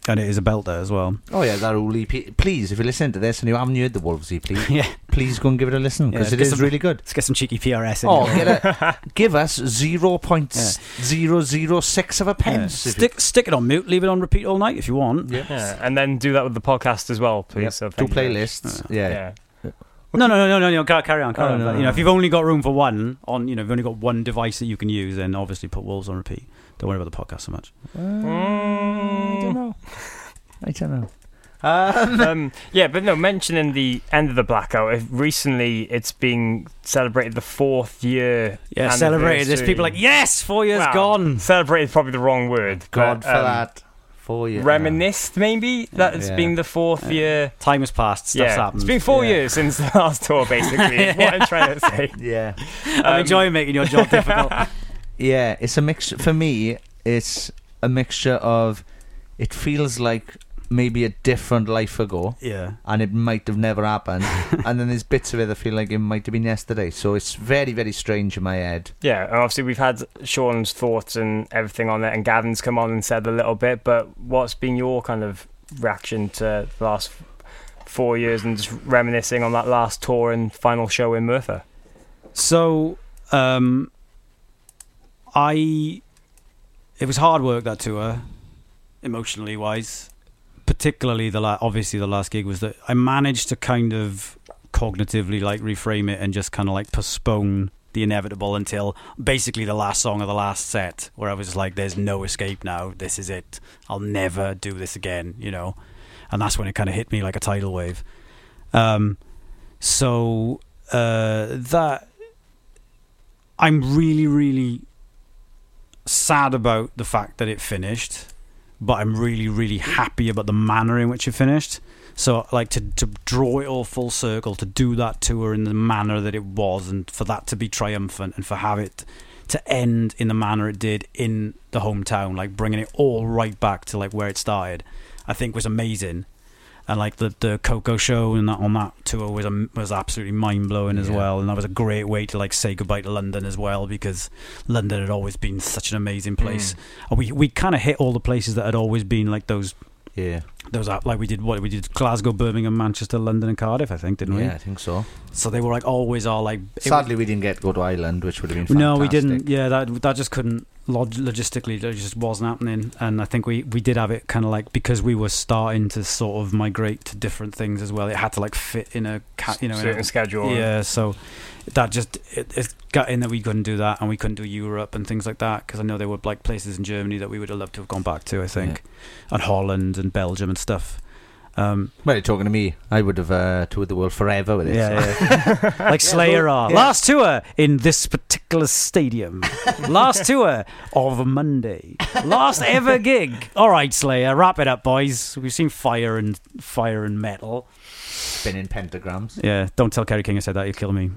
and it is a belter as well. Oh yeah, that old EP. Please, if you're listening to this and you haven't heard the Wolves EP, yeah, please go and give it a listen Yeah, because it get is some- really good. Let's get some cheeky PRS in Oh, here. get a, give us zero point zero zero six of a pence. Yeah. if you- Stick stick it on mute, leave it on repeat all night if you want. Yeah, and then do that with the podcast as well, please. Yep. So Do thank you very much. playlists, yeah. No, no, no, no, no, no. ca- Carry on, carry Oh, on. no, But, no, you no. know, if you've only got room for one on, you know, if you've only got one device that you can use, then obviously put Wolves on repeat. Don't worry about the podcast so much. I don't know. I don't know. Um, yeah, but no, mentioning the end of the blackout, if recently it's being celebrated the fourth year. Yeah, celebrated. There's anniversary. people like, yes, four years Well, gone. Celebrated is probably the wrong word. God but, um, for that. Four years. Reminisced, maybe? that it's Yeah. been the fourth year. Time has passed. Stuff's yeah. happened. It's been four Yeah. years since the last tour, basically, is what I'm trying to say. Yeah. I'm Um, enjoying making your job difficult. Yeah, it's a mixture. For me, it's a mixture of. It feels like maybe a different life ago. Yeah. And it might have never happened. and then there's bits of it that feel like it might have been yesterday. So it's very, very strange in my head. Yeah, and obviously we've had Sean's thoughts and everything on it, and Gavin's come on and said a little bit. But what's been your kind of reaction to the last four years and just reminiscing on that last tour and final show in Merthyr? So, um, I it was hard work that tour, emotionally wise. Particularly the la- obviously the last gig was that I managed to kind of cognitively like reframe it and just kind of like postpone the inevitable until basically the last song of the last set, where I was just like, "There's no escape now. This is it. I'll never do this again." You know, and that's when it kind of hit me like a tidal wave. Um, so uh, that I'm really, really sad about the fact that it finished, but I'm really, really happy about the manner in which it finished. So, like to to draw it all full circle, to do that tour in the manner that it was, and for that to be triumphant, and for have it to end in the manner it did in the hometown, like bringing it all right back to like where it started, I think was amazing. And like the the Coco show and that on that tour was um, was absolutely mind blowing as Yeah. well, and that was a great way to like say goodbye to London as well because London had always been such an amazing place. Mm. And we we kind of hit all the places that had always been like those Yeah. those out like we did what we did Glasgow, Birmingham, Manchester, London, and Cardiff. I think didn't we? Yeah, I think so. So they were like always all like it was- Sadly, we didn't get to go to Ireland, which would have been no, we fantastic. didn't. Yeah, that that just couldn't log- logistically. That just wasn't happening. And I think we we did have it kind of like because we were starting to sort of migrate to different things as well. It had to like fit in a ca- you know in Certain a, schedule. Yeah, so that just it, it's gutting that we couldn't do that and we couldn't do Europe and things like that because I know there were like places in Germany that we would have loved to have gone back to. I think, and Holland and Belgium and stuff. Um, Well, you're talking to me. I would have uh, toured the world forever with it. yeah, uh, yeah. like Slayer are. Last tour in this particular stadium. Last tour of Monday. Last ever gig. All right, Slayer, wrap it up, boys. We've seen fire and fire and metal. spinning pentagrams. Yeah, don't tell Kerry King I said that. He'll kill me.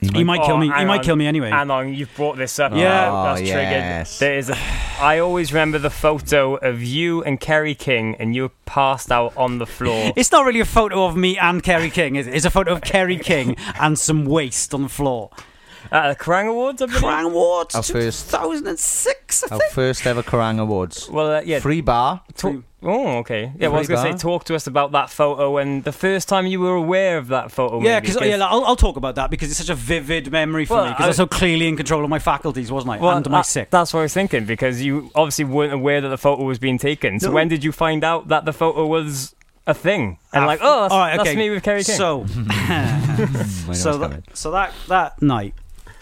He, Like, might kill oh, me. He hang might on, kill me anyway. Hang on, you've brought this up. Yeah. now. Oh, that's yes. triggered. There is. A, I always remember the photo of you and Kerry King, and you were passed out on the floor. It's not really a photo of me and Kerry King, is it? It's a photo of Kerry King and some waste on the floor. Uh, Kerrang Awards, I believe. Kerrang Awards, Our first- 2006, I Our think. first ever Kerrang Awards. Well, uh, yeah. Free bar. Talk- oh, okay. Yeah, well, I was Free going to say, bar. talk to us about that photo and the first time you were aware of that photo. Yeah, maybe, because yeah, like, I'll, I'll talk about that because it's such a vivid memory for Well, me because I, was I- so clearly in control of my faculties, wasn't I? Well, and my that- sick. That's what I was thinking because you obviously weren't aware that the photo was being taken. So No. when did you find out that the photo was a thing? And like, oh, that's, All right, that's okay. me with Kerry King. So, Mm, so, what's that, so that that night,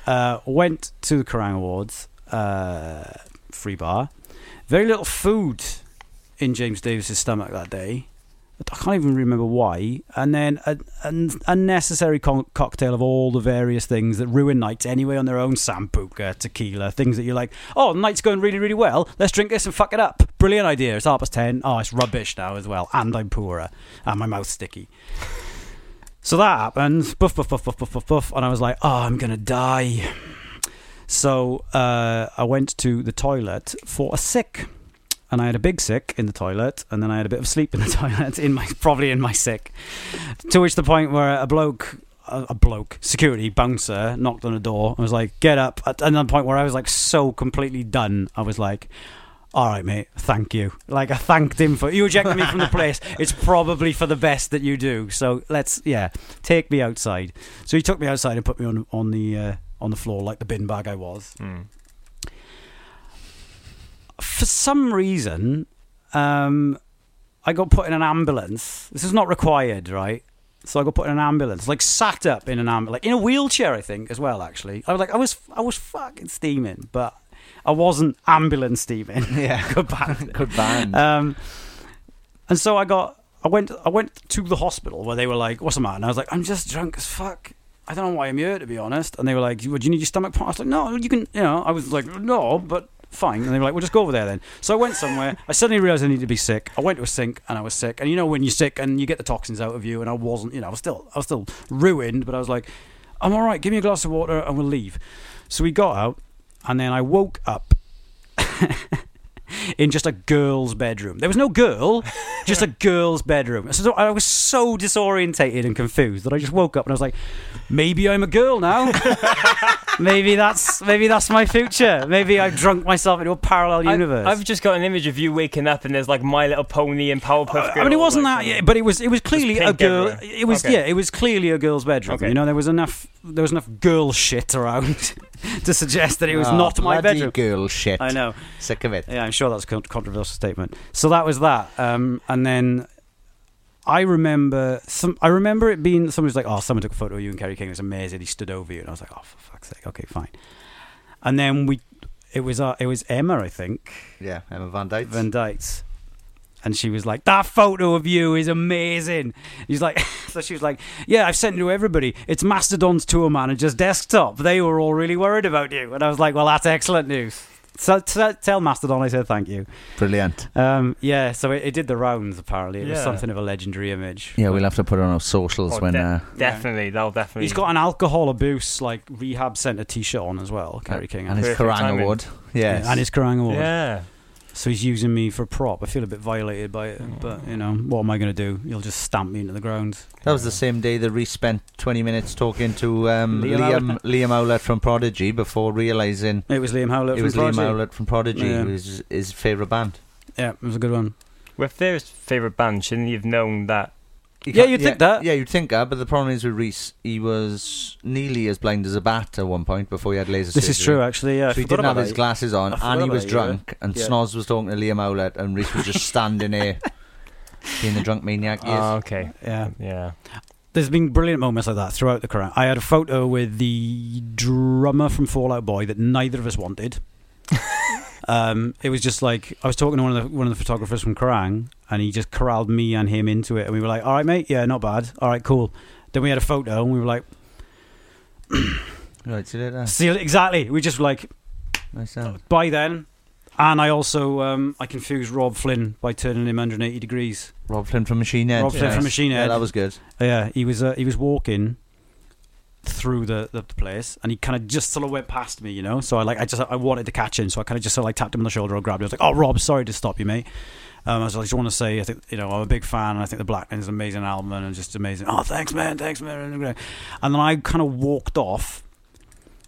uh, went to the Kerrang Awards, uh, free bar. Very little food in James Davis's stomach that day. I can't even remember why. And then a- an unnecessary con- cocktail of all the various things that ruin nights anyway on their own Sambuca, tequila, things that you're like, oh, night's going really, really well. Let's drink this and fuck it up. Brilliant idea. It's half past 10. Oh, it's rubbish now as well. And I'm poorer. And my mouth's sticky. So that happened. Buff, buff, buff, buff, buff, buff, buff. And I was like, oh, I'm going to die. So uh, I went to the toilet for a sick. And I had a big sick in the toilet, and then I had a bit of sleep in the toilet, in my probably in my sick. To which the point where a bloke, a, a bloke, security bouncer knocked on the door and was like, "Get up!" At another point where I was like so completely done, I was like, all right, mate. Thank you. Like I thanked him for you ejected me from the place. It's probably for the best that you do. So let's, yeah, take me outside. So he took me outside and put me on on the uh, on the floor like the bin bag I was. For some reason, um, I got put in an ambulance. This is not required, right? So I got put in an ambulance, like sat up in an ambulance, like in a wheelchair, I think as well. Actually, I was like, I was, I was fucking steaming, but I wasn't ambulance steaming. Yeah, good band, good band. Um, and so I got, I went, I went to the hospital where they were like, "What's the matter?" And I was like, "I'm just drunk as fuck. I don't know why I'm here, to be honest." And they were like, "Well, do you need your stomach pumped?" I was like, "No, you can." You know, I was like, "No, but." Fine, and they were like, "Well, just go over there then." So I went somewhere. I suddenly realized I needed to be sick. I went to a sink, and I was sick. And you know when you're sick and you get the toxins out of you, and I wasn't. You know, I was still, I was still ruined, but I was like, "I'm all right. Give me a glass of water, and we'll leave." So we got out, and then I woke up in just a girl's bedroom. There was no girl, just a girl's bedroom. So I was so disorientated and confused that I just woke up and I was like, maybe I'm a girl now. maybe that's maybe that's my future. Maybe I've drunk myself into a parallel universe. I've just got an image of you waking up and there's like My Little Pony and Powerpuff Girls. I mean, it wasn't that, yeah, but it was it was clearly a pink girl. everywhere. It was Okay. yeah, it was clearly a girl's bedroom. Okay. You know, there was enough there was enough girl shit around to suggest that it Ah, was Oh, not my bloody bedroom. girl shit. I know. Uh, Sick of it. Yeah, I'm sure that's a con- controversial statement. So that was that, um, and then I remember some. I remember it being somebody was like, "Oh, someone took a photo of you and Kerry King. It was amazing. He stood over you." And I was like, "Oh, for fuck's sake! Okay, fine." And then we, it was uh, it was Emma, I think. Yeah, Emma Van Dyke. Van Dyke's. And she was like, "That photo of you is amazing." He's like, so she was like, "Yeah, I've sent it to everybody. It's Mastodon's tour manager's desktop. They were all really worried about you." And I was like, "Well, that's excellent news." So t- tell Mastodon I said thank you. Brilliant. Um, yeah, so it, it did the rounds. Apparently, it was Yeah. something of a legendary image. Yeah, we'll have to put it on our socials Oh, when. de- uh, Definitely, that'll definitely. He's got an alcohol abuse like rehab centre T-shirt on as well, Kerry King, Uh, and his Perfect Kerrang timing. Award. Yes. and his Kerrang Award. Yeah. So he's using me for a prop. I feel a bit violated by it, but you know what am I going to do? He'll just stamp me into the ground. That was the same day that Reese spent 20 minutes talking to um, Liam Liam Liam Howlett from Prodigy before realizing it was Liam Howlett. It from was Prodigy. Liam Howlett from Prodigy. Yeah. It was his favorite band. Yeah, it was a good one. With their favourite band, shouldn't you've known that? that. Yeah, you'd think that. But the problem is with Reese, he was nearly as blind as a bat at one point before he had laser This is surgery. true, actually, yeah, I so he forgot didn't have about his that. glasses on, I forgot and he about was that, drunk, yeah. and Yeah. Snoz was talking to Liam Howlett, and Reese was just standing here, being the drunk maniac. He is. Uh, Ah, okay. Yeah. Yeah. There's been brilliant moments like that throughout the career. I had a photo with the drummer from Fallout Boy that neither of us wanted. um, it was just like I was talking to one of the one of the photographers from Kerrang, and he just corralled me and him into it, and we were like, "All right, mate, yeah, not bad. All right, cool." Then we had a photo, and we were like, Right, see you later. "See, exactly." We just were like, Nice sound. "By then," and I also um, I confused Rob Flynn by turning him 180 degrees. Rob Flynn from Machine Head. Rob Flynn Yes. from Machine Yeah, Head. that was good. Yeah, he was uh, he was walking through the, the, the place, and he kind of just sort of went past me, you know. So I like I just I wanted to catch him, so I kind of just sort of like tapped him on the shoulder or grabbed him. I was like, "Oh, Rob, sorry to stop you, mate." Um, I was like, I just want to say, I think you know, I'm a big fan, and I think the Black Men is an amazing album, and it's just amazing. Oh, thanks, man, thanks, man. And then I kind of walked off,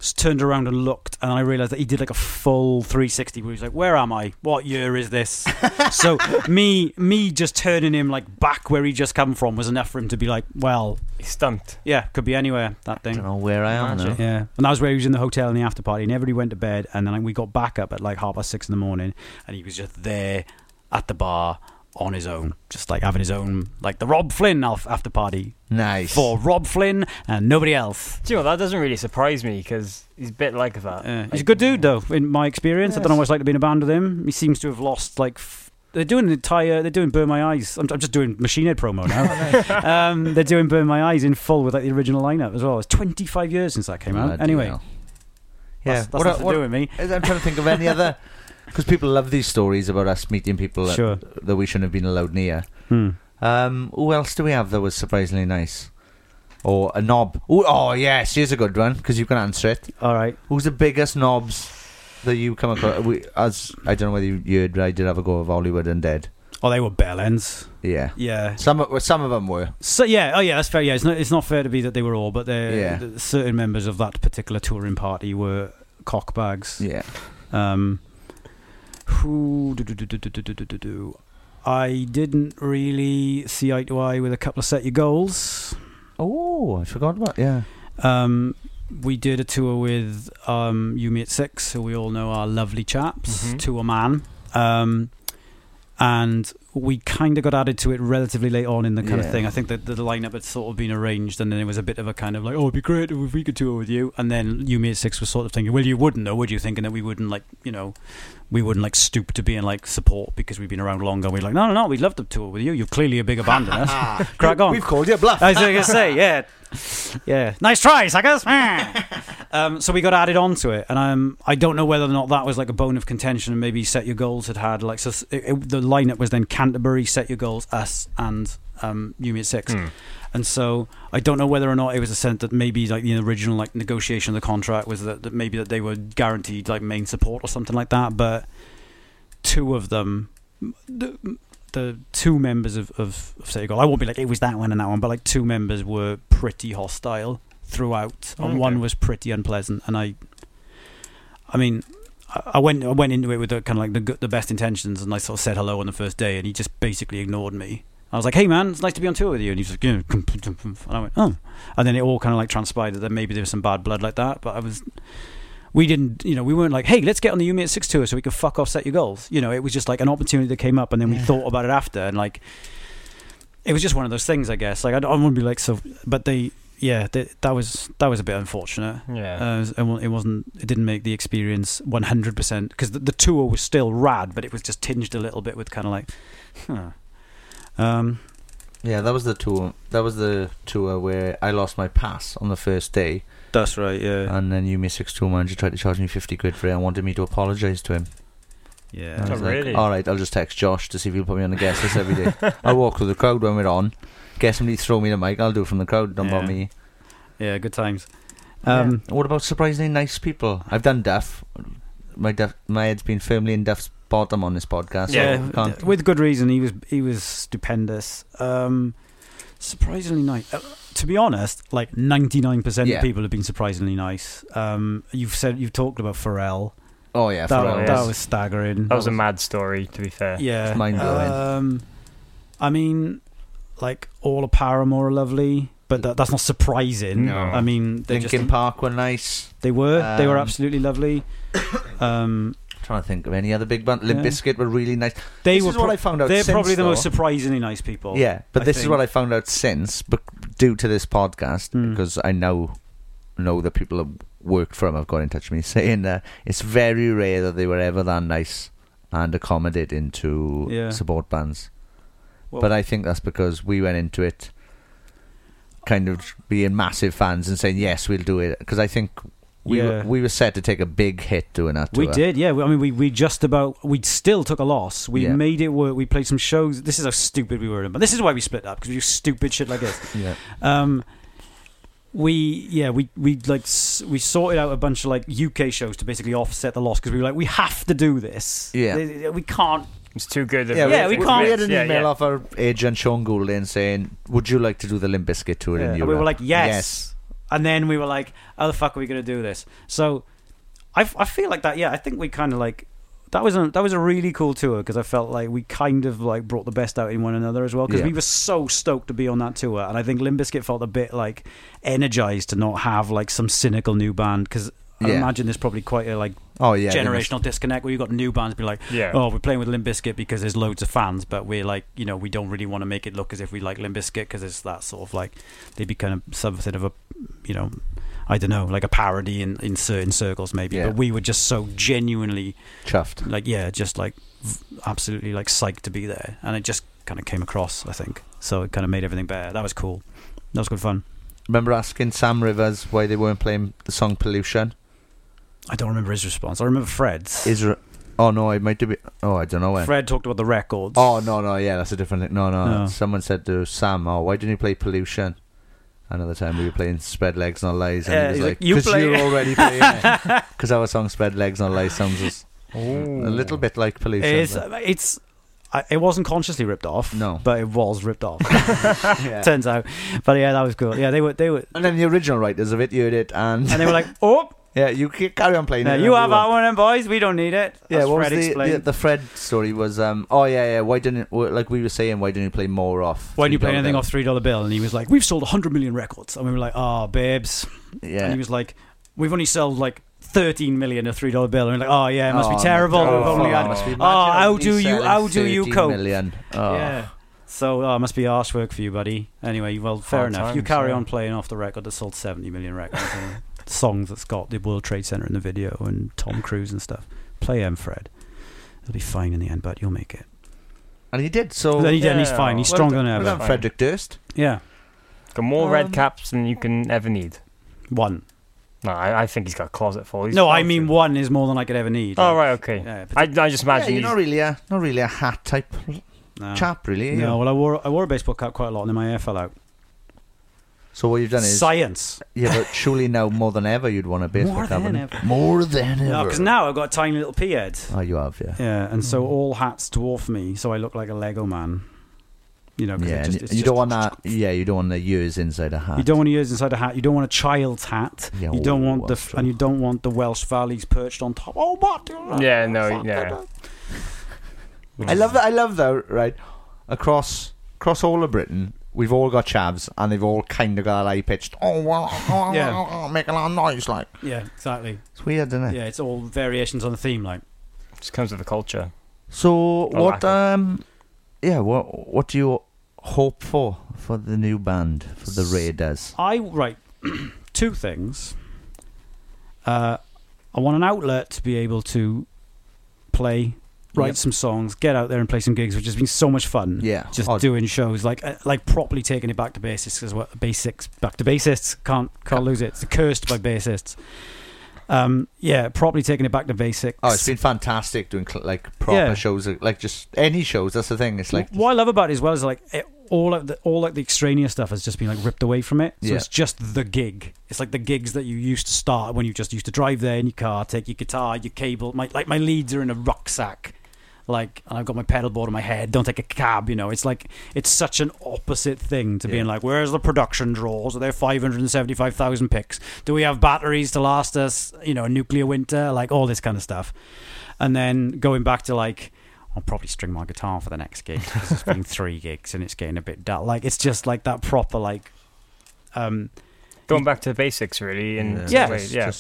just turned around and looked, and I realized that he did like a full 360 where he's like, "Where am I? What year is this?" so me, me just turning him like back where he just come from was enough for him to be like, "Well, he's stumped." Yeah, could be anywhere that thing. I don't know where I am now. Yeah, and that was where he was in the hotel in the after party, and everybody went to bed, and then like, we got back up at like half past six in the morning, and he was just there at the bar on his own, just like having his own like the Rob Flynn alf- after party. Nice for Rob Flynn and nobody else. Do you know that doesn't really surprise me because he's a bit like that. He's a good dude, though. In my experience, I don't know Yes. what it's like to be in a band with him. He seems to have lost like. F- they're doing an entire. They're doing "Burn My Eyes." I'm, I'm just doing Machine Head promo now. um, they're doing "Burn My Eyes" in full with like the original lineup as well. It's 25 years since that came out. Bloody anyway, hell. That's- that's nothing to do with me. I'm trying to think of any other because people love these stories about us meeting people that, Sure. that we shouldn't have been allowed near. Hmm. Um, who else do we have that was surprisingly nice? Or a knob? Ooh, oh yes, here's a good one because you can answer it. All right. Who's the biggest knobs that you come across? We, as I don't know whether you, you heard, but I did have a go of Hollywood and Dead. Oh, they were bell ends. Yeah. Yeah. Some of- well, some of them were. so yeah, oh yeah, that's fair. Yeah, it's not it's not fair to be that they were all, but they're Yeah. th- certain members of that particular touring party were cockbags. Yeah. Um. Who? Do, do, do, do, do, do, do, do, do, do. I didn't really see eye to eye with a couple of set your goals. Oh, I forgot about yeah. Um, we did a tour with um, Yumi at Six, who we all know are lovely chaps Mhm. to a man. Um, and we kind of got added to it relatively late on in the kind Yeah. of thing. I think that the lineup had sort of been arranged, and then it was a bit of a kind of like, oh, it'd be great if we could tour with you. And then Yumi at Six was sort of thinking, well, you wouldn't, though, would you? Thinking that we wouldn't, like, you know, we wouldn't, like, stoop to being, like, support because we've been around longer. We're like, no, no, no, we'd love to tour with you. You're clearly a bigger band than us. Crack on. We've called you a bluff. I was going to say, yeah. Yeah. Nice try, suckers. um, so we got added onto it, and um, I don't know whether or not that was like a bone of contention, and maybe Set Your Goals had had like so. s- It, it- the lineup was then Canterbury, Set Your Goals, us, and um, Yumi at six. Hmm. And so I don't know whether or not it was a sense that maybe like the original like negotiation of the contract was that, that maybe that they were guaranteed like main support or something like that. But two of them, the, the two members of, of, of City Goal, I won't be like, it was that one and that one, but like two members were pretty hostile throughout, and Okay. one was pretty unpleasant. And I, I mean, I I went I went into it with the, kind of like the good- the best intentions, and I sort of said hello on the first day, and he just basically ignored me. I was like, "Hey man, it's nice to be on tour with you," and he was like, "Yeah," and I went, "Oh," and then it all kind of like transpired that maybe there was some bad blood like that, but I was. We didn't, you know, we weren't like, "Hey, let's get on the Yumi at six tour so we can fuck off set your goals." You know, it was just like an opportunity that came up, and then we thought about it after, and like, it was just one of those things, I guess. Like I don't, I wouldn't be like so, but they, yeah, they, that was that was a bit unfortunate. Yeah. uh, it wa- it wasn't. It didn't make the experience one hundred percent because the, the tour was still rad, but it was just tinged a little bit with kind of like, huh. um, Yeah, that was the tour. That was the tour where I lost my pass on the first day. That's right, yeah. And then UMI6 tour manager tried to charge me fifty quid for it and wanted me to apologise to him. Yeah. I Oh, was like, really? All right, I'll just text Josh to see if he'll put me on the guest list every day. I'll walk through the crowd when we're on. Get somebody to throw me the mic. I'll do it from the crowd, not Yeah. by me. yeah, good times. Um, What about surprisingly nice people? I've done Duff. My Duff, my head's been firmly in Duff's bottom on this podcast. yeah, so can't, with good reason. He was he was stupendous. Um, surprisingly nice. Uh, to be honest, like ninety nine percent Yeah. of people have been surprisingly nice. Um, you've said you've talked about Pharrell. Oh yeah, that, Pharrell, that yes. was staggering. That was a mad story, to be fair. Yeah, Um, I mean, like all of Paramore are lovely, but that, that's not surprising. No. I mean, they Linkin just, Park were nice. They were. they were Um, absolutely lovely. Um, trying to think of any other big band. Limp Yeah. Bizkit were really nice. They this were is what pro- I found out. They're since, probably the most though. surprisingly nice people. Yeah, but I this is think. what I found out since, but due to this podcast, because I now know that people have worked for them have got in touch with me saying that it's very rare that they were ever that nice and accommodating to Yeah. support bands. Well- but I think that's because we went into it kind of being massive fans and saying yes, we'll do it because I think we were, Yeah. we were set to take a big hit doing that. We tour. did, yeah. We- I mean, we, we just about we still took a loss. We Yeah. made it work. We played some shows. This is how stupid we were, but this is why we split up because we do stupid shit like this. Yeah. Um, we yeah we we like s- we sorted out a bunch of like UK shows to basically offset the loss because we were like we have to do this. Th- We can't. It's too good. Yeah, yeah, we, can't. We had an email off our agent Sean Goulding saying, "Would you like to do the Limp Bizkit tour Yeah. in And Europe?" we were like, yes. And then we were like, how the fuck are we going to do this? So I, f- I feel like that. Yeah, I think we kind of like that was a that was a really cool tour because I felt like we kind of like brought the best out in one another as well because Yeah. we were so stoked to be on that tour and I think Limp Bizkit felt a bit like energized to not have like some cynical new band because. I Yeah. imagine there's probably quite a like Oh, yeah, they must- generational disconnect where you've got new bands be like, Yeah. oh, we're playing with Limp Bizkit because there's loads of fans, but we're like, you know, we don't really want to make it look as if we like Limp Bizkit because it's that sort of like they become something of a, you know, I don't know, like a parody in, in certain circles maybe. Yeah. But we were just so genuinely chuffed, like yeah, just like v- absolutely like psyched to be there, and it just kind of came across, I think. So it kind of made everything better. That was cool. That was good fun. Remember asking Sam Rivers why they weren't playing the song "Pollution"? I don't remember his response. I remember Fred's. Israel? Oh no, it might be. Oh, I don't know when. Fred talked about the records. Oh no, no, yeah, that's a different. thing. No, no, No. Someone said to Sam, "Oh, why didn't you play Pollution?" Another time we were playing Spread Legs Not Lies, and Yeah, he was he's like, like, "You "Because play you're it." already playing it." Because our song "Spread Legs Not Lies" sounds as- a little bit like Pollution. It's uh, but- it's I, it wasn't consciously ripped off. No, but it was ripped off. Turns out, but yeah, that was cool. Yeah, they were they were, and then the original writers of it heard it, and and they were like, oh, yeah, you c- carry on playing. yeah, it you have everyone." that one, and boys, we don't need it. Yeah, That's what Fred was the, explained. the the Fred story was? Um, oh yeah, yeah. Why didn't wh- like we were saying? Why didn't you play more off? why didn't you play $3 anything bill? off three dollar bill? And he was like, "We've sold hundred million records," and we were like, "Ah, babes." Yeah. And he was like, "We've only sold like thirteen million of three dollar bill." And we're like, "Oh yeah, it must Oh, be terrible. no. We've only Oh, had, must be oh, mad. how He's do you selling how do you 13 cope?" million. Oh. Yeah. So uh, must be arse work for you, buddy. Anyway, well, fair Hard enough. you times, carry yeah. on playing off the record that sold seventy million records. and songs that's got the World Trade Center in the video and Tom Cruise and stuff. Play M. Fred. It'll be fine in the end, but you'll make it. And he did. So Then he did, and he's fine. He's Oh, Well stronger done- than well ever. done, Frederick Durst. Yeah. Got more Um, red caps than you can ever need. One. No, I, I think he's got a closet full. He's no, fine. I mean one is more than I could ever need. Oh, Like, right, okay. yeah, I, I just imagine yeah, he's you're not really a not really a hat type no. chap, really. are No, you? well, I wore I wore a baseball cap quite a lot, and then my hair fell out. So what you've done is Science. Yeah, but surely now more than ever you'd want a baseball More cap. than wouldn't you? ever. More than ever. No, because now I've got a tiny little pea head. Oh, you have, yeah. Yeah, and Hmm. so all hats dwarf me, so I look like a Lego man. You know, 'cause it Yeah, just- and it's you just- don't want that. Yeah, you don't want the years inside a hat. You don't want to use inside a hat. You don't want a child's hat. Yeah, you don't oh, want the that's and you don't want the Welsh valleys perched on top. Oh, what? Yeah, no, yeah. I love that. I love though. Right across across all of Britain, we've all got chavs, and they've all kind of got that high pitched. Oh, wow, oh, Yeah. oh, oh, make a lot of noise, like Yeah, exactly. it's weird, isn't it? Yeah, it's all variations on the theme, like. just comes with the culture. So I what? like um, yeah. What? What do you? hope for for the new band for the Raiders? I right two things. Uh, I want an outlet to be able to play, write Yep. some songs, get out there and play some gigs, which has been so much fun. Yeah. just Odd. doing shows like uh, like properly taking it back to basics as well. Basics back to basics can't can't lose it. It's cursed by bassists. Um, yeah, properly taking it back to basics. Oh, it's been fantastic doing cl- like proper Yeah. shows, like just any shows. That's the thing. It's like what I love about it as well is like it, all of the all like the extraneous stuff has just been like ripped away from it. So Yeah. it's just the gig. It's like the gigs that you used to start when you just used to drive there in your car, take your guitar, your cable. My like my leads are in a rucksack. Like and I've got my pedal board on my head. Don't take a cab, you know. It's like it's such an opposite thing to being like, where's the production draws? Are there five hundred and seventy-five thousand picks? Do we have batteries to last us? You know, a nuclear winter, like all this kind of stuff. And then going back to like, I'll probably string my guitar for the next gig because it's been three gigs and it's getting a bit dull. Like it's just like that proper like, um, Going back to the basics, really. In yeah, some ways, yeah.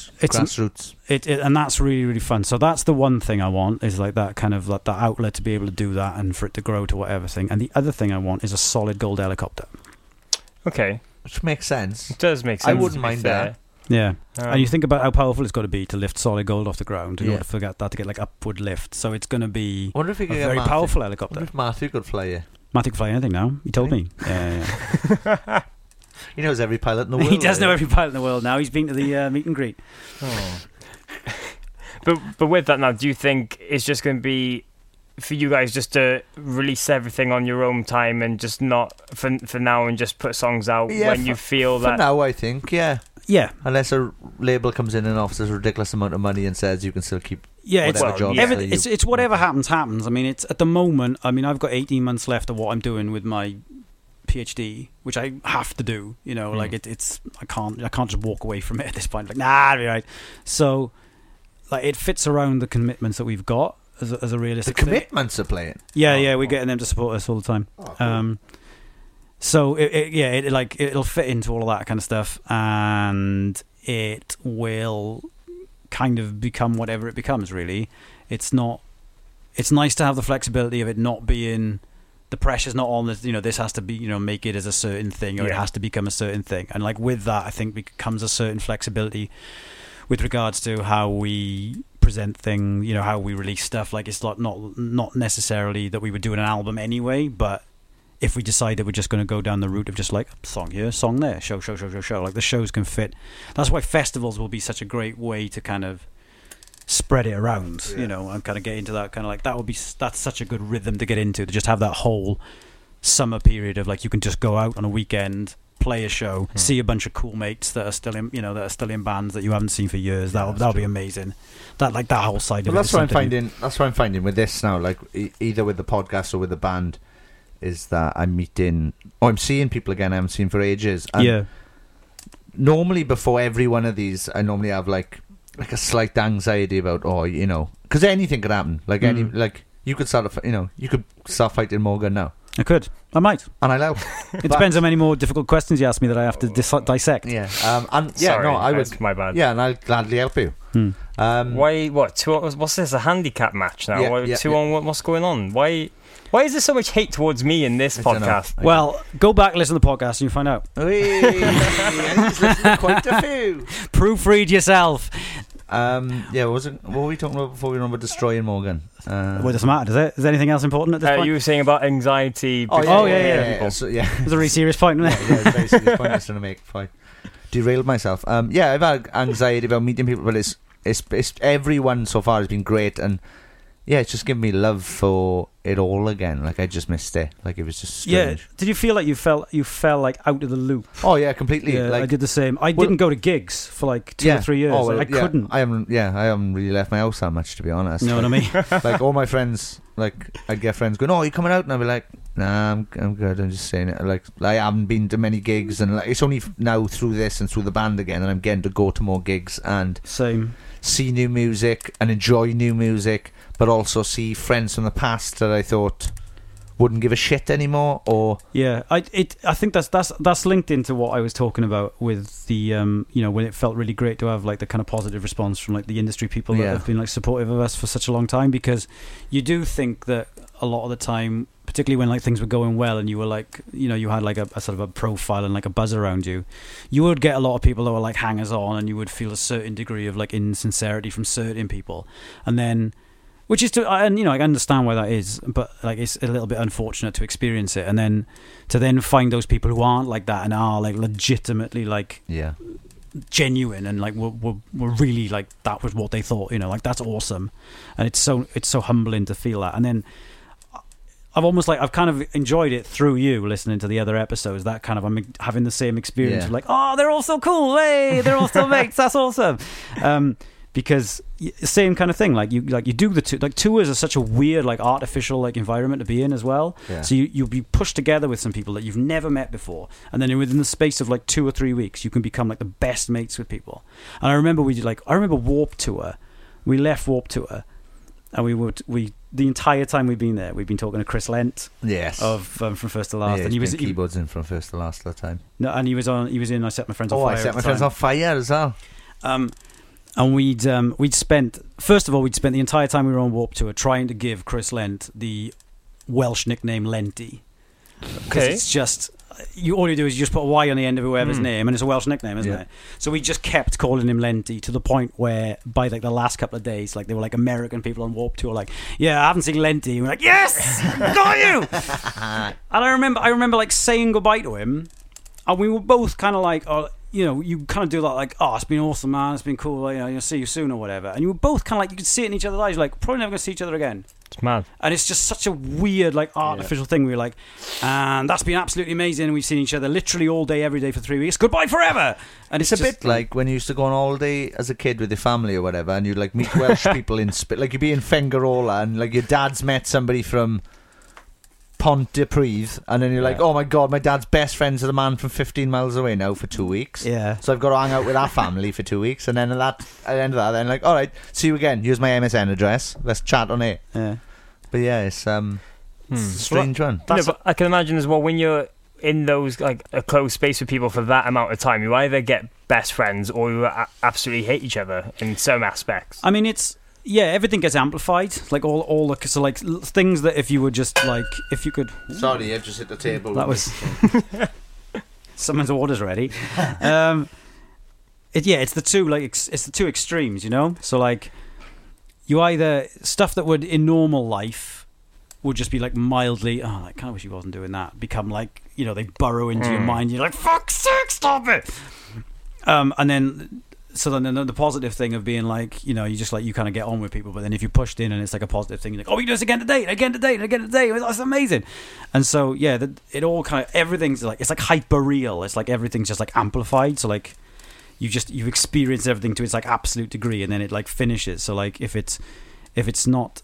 It, it and that's really really fun. So that's the one thing I want is like that kind of like that outlet to be able to do that and for it to grow to whatever thing. And the other thing I want is a solid gold helicopter. Okay. Which makes sense. It does make I sense, to wouldn't be mind fair. that. Yeah, Um, and you think about how powerful it's got to be to lift solid gold off the ground in Yeah. order for that to get like upward lift. So it's going to be wonder if we a could get very Matthew- powerful wonder helicopter. If Matthew could play it, Matthew can fly anything now. He told me. Yeah, yeah, yeah. he knows every pilot in the world. he does eh? know every pilot in the world now. He's been to the uh, meet and greet. But but with that now, do you think it's just going to be for you guys just to release everything on your own time and just not for for now and just put songs out Yeah, when for- you feel for that now, I think, yeah, yeah. Unless a label comes in and offers a ridiculous amount of money and says you can still keep Yeah, it's, whatever job. every- that you- it's it's whatever happens happens. I mean, it's at the moment. I mean, I've got eighteen months left of what I'm doing with my PhD, which I have to do. You know, Hmm. like it, it's I can't I can't just walk away from it at this point. Like nah, I'll be right. So, like it fits around the commitments that we've got as a, as a the Oh, realistic thing. commitments are playing. Yeah, yeah, we're getting them to support us all the time. Oh, Um, so it, it, yeah, it like it'll fit into all of that kind of stuff, and it will kind of become whatever it becomes. Really, it's not. It's nice to have the flexibility of it not being the pressure's not on this. You know, this has to be you know make it as a certain thing, or it Yeah. has to become a certain thing. And like with that, I think bec- comes a certain flexibility with regards to how we present things, you know, how we release stuff. Like it's not not not necessarily that we were doing an album anyway, but if we decide that we're just going to go down the route of just like song here, song there, show, show, show, show, show, like the shows can fit. That's why festivals will be such a great way to kind of spread it around, you know, and kind of get into that kind of like that would be s- that's such a good rhythm to get into to just have that whole summer period of like you can just go out on a weekend play a show see a bunch of cool mates that are still in you know that are still in bands that you haven't seen for years that'll that'll be amazing that like that whole side of Well, it that's is what I'm something- finding. That's what I'm finding with this now. Like e- either with the podcast or with the band, is that I'm meeting or I'm seeing people again I haven't seen for ages. And Yeah. Normally, before every one of these, I normally have like like a slight anxiety about oh you know because anything could happen. Like any Mm. like you could start a f- you know you could start fighting Morgan now. I could. I might. And I know. it depends how many more difficult questions you ask me that I have to dis- dissect Oh. yeah um, and yeah Sorry, no I that's would my bad. yeah and I'll gladly help you. Hmm. Um, Why? What? Two? What's this? A handicap match now? Yeah, What- yeah, two yeah. on? What, what's going on? Why? Why is there so much hate towards me in this dunno. podcast? well go back listen to the podcast and you'll find out quite a few. proofread yourself Um, yeah, what was it, what were we talking about before we remember destroying Morgan? Uh, well it doesn't matter does it is there anything else important at this Uh, point you were saying about anxiety. Oh, yeah, before yeah, we yeah, had yeah, people. So, yeah, it was a really serious point wasn't it? yeah, it's basically the point I was trying to make. Fine. Derailed myself. Um, yeah, I've had anxiety about meeting people, but it's, it's it's everyone so far has been great, and yeah, it's just given me love for it all again. Like I just missed it. Like it was just Yeah. strange. Did you feel like you fell you fell like out of the loop? Oh yeah, completely. Yeah, like I did the same. I Well- didn't go to gigs for like two or three years. Oh, well, I yeah, couldn't. I haven't. Yeah, I haven't really left my house that much, to be honest. Know what I Like- like all my friends, like I'd get friends going, "Oh, you coming out?" And I'd be like, "Nah, I'm, I'm good. I'm just saying it." Like, I haven't been to many gigs, and like it's only f- now through this and through the band again that I'm getting to go to more gigs and Same. see new music and enjoy new music, but also see friends from the past that I thought wouldn't give a shit anymore, or Yeah, I it I think that's that's that's linked into what I was talking about with the um you know when it felt really great to have like the kind of positive response from like the industry people that Yeah. have been like supportive of us for such a long time because you do think that a lot of the time, particularly when like things were going well and you were like, you know, you had like a, a sort of a profile and like a buzz around you, you would get a lot of people that were like hangers on, and you would feel a certain degree of like insincerity from certain people, and then. Which is to, I- and you know, I understand why that is, but like it's a little bit unfortunate to experience it, and then to then find those people who aren't like that and are like legitimately like Yeah. genuine and like were, were, were really like that was what they thought you know like that's awesome and it's so it's so humbling to feel that and then uh, i've almost like i've kind of enjoyed it through you listening to the other episodes that kind of i'm having the same experience Yeah. of like oh they're all so cool hey they're all so mates that's awesome um because y- same kind of thing like you like you do the two like tours are such a weird like artificial like environment to be in as well Yeah. so you, you'll be pushed together with some people that you've never met before and then within the space of like two or three weeks you can become like the best mates with people and i remember we did like i remember warp tour we left warp tour and we would we the entire time we've been there we've been talking to chris lent Yes. of um, from first to last yeah, and he was he, keyboards in from first to last that time. no, and he was on. He was in. I set my friends on Oh, fire. I Set at My the Friends time. on Fire as well. Um, and we'd um, we'd spent first of all we'd spent the entire time we were on Warp Tour trying to give Chris Lent the Welsh nickname Lenty because Okay. it's just you all you do is you just put a Y on the end of whoever's Hmm. name and it's a Welsh nickname, isn't Yeah. it? So we just kept calling him Lenty to the point where by like the last couple of days, like they were like American people on Warp Tour, like yeah, I haven't seen Lenty. And we're like yes, got you. and I remember, I remember like saying goodbye to him, and we were both kind of like, oh, you know, you kind of do that, like, oh, it's been awesome, man, it's been cool, you know, you'll see you soon or whatever. And you were both kind of like, you could see it in each other's eyes, like, probably never gonna see each other again. It's mad. And it's just such a weird, like, artificial thing. We were like, and that's been absolutely amazing. We've seen each other literally all day, every day for three weeks. Goodbye forever. And it's, It's a just bit like when you used to go on holiday as a kid with your family or whatever, and you'd like meet Welsh people in Sp- like you'd be in Fengarola, and like your dad's met somebody from Pont de Prive, and then you're like, Yeah. oh my god, my dad's best friends are the man from 15 miles away now for two weeks. Yeah. So I've got to hang out with our family for two weeks, and then at that at the end of that, then like, all right, see you again. Here's my MSN address. Let's chat on it. Yeah. But yeah, it's um, it's Hmm. a strange one. No, but I can imagine as well when you're in those like a closed space with people for that amount of time, you either get best friends or you a- absolutely hate each other in some aspects. I mean, it's yeah, everything gets amplified. Like all, all the so like l- things that if you were just like, if you could. Sorry, I've just hit the table. That was. Someone's order's ready. Um, it, yeah, it's the two like ex- it's the two extremes, you know. So like, you either stuff that would in normal life would just be like mildly, oh, I kind of wish he wasn't doing that. Become like you know they burrow into your Mm. mind. You're like, fuck's sake, stop it. Um, and then so then the, the positive thing of being like you know you just like you kind of get on with people, but then if you pushed in and it's like a positive thing, you're like, oh, we do this again today, and again today, and again today. That's amazing. And so yeah, the, it all kind of everything's like it's like hyper real. It's like everything's just like amplified. So like you just you experience everything to its like absolute degree, and then it like finishes. So like if it's if it's not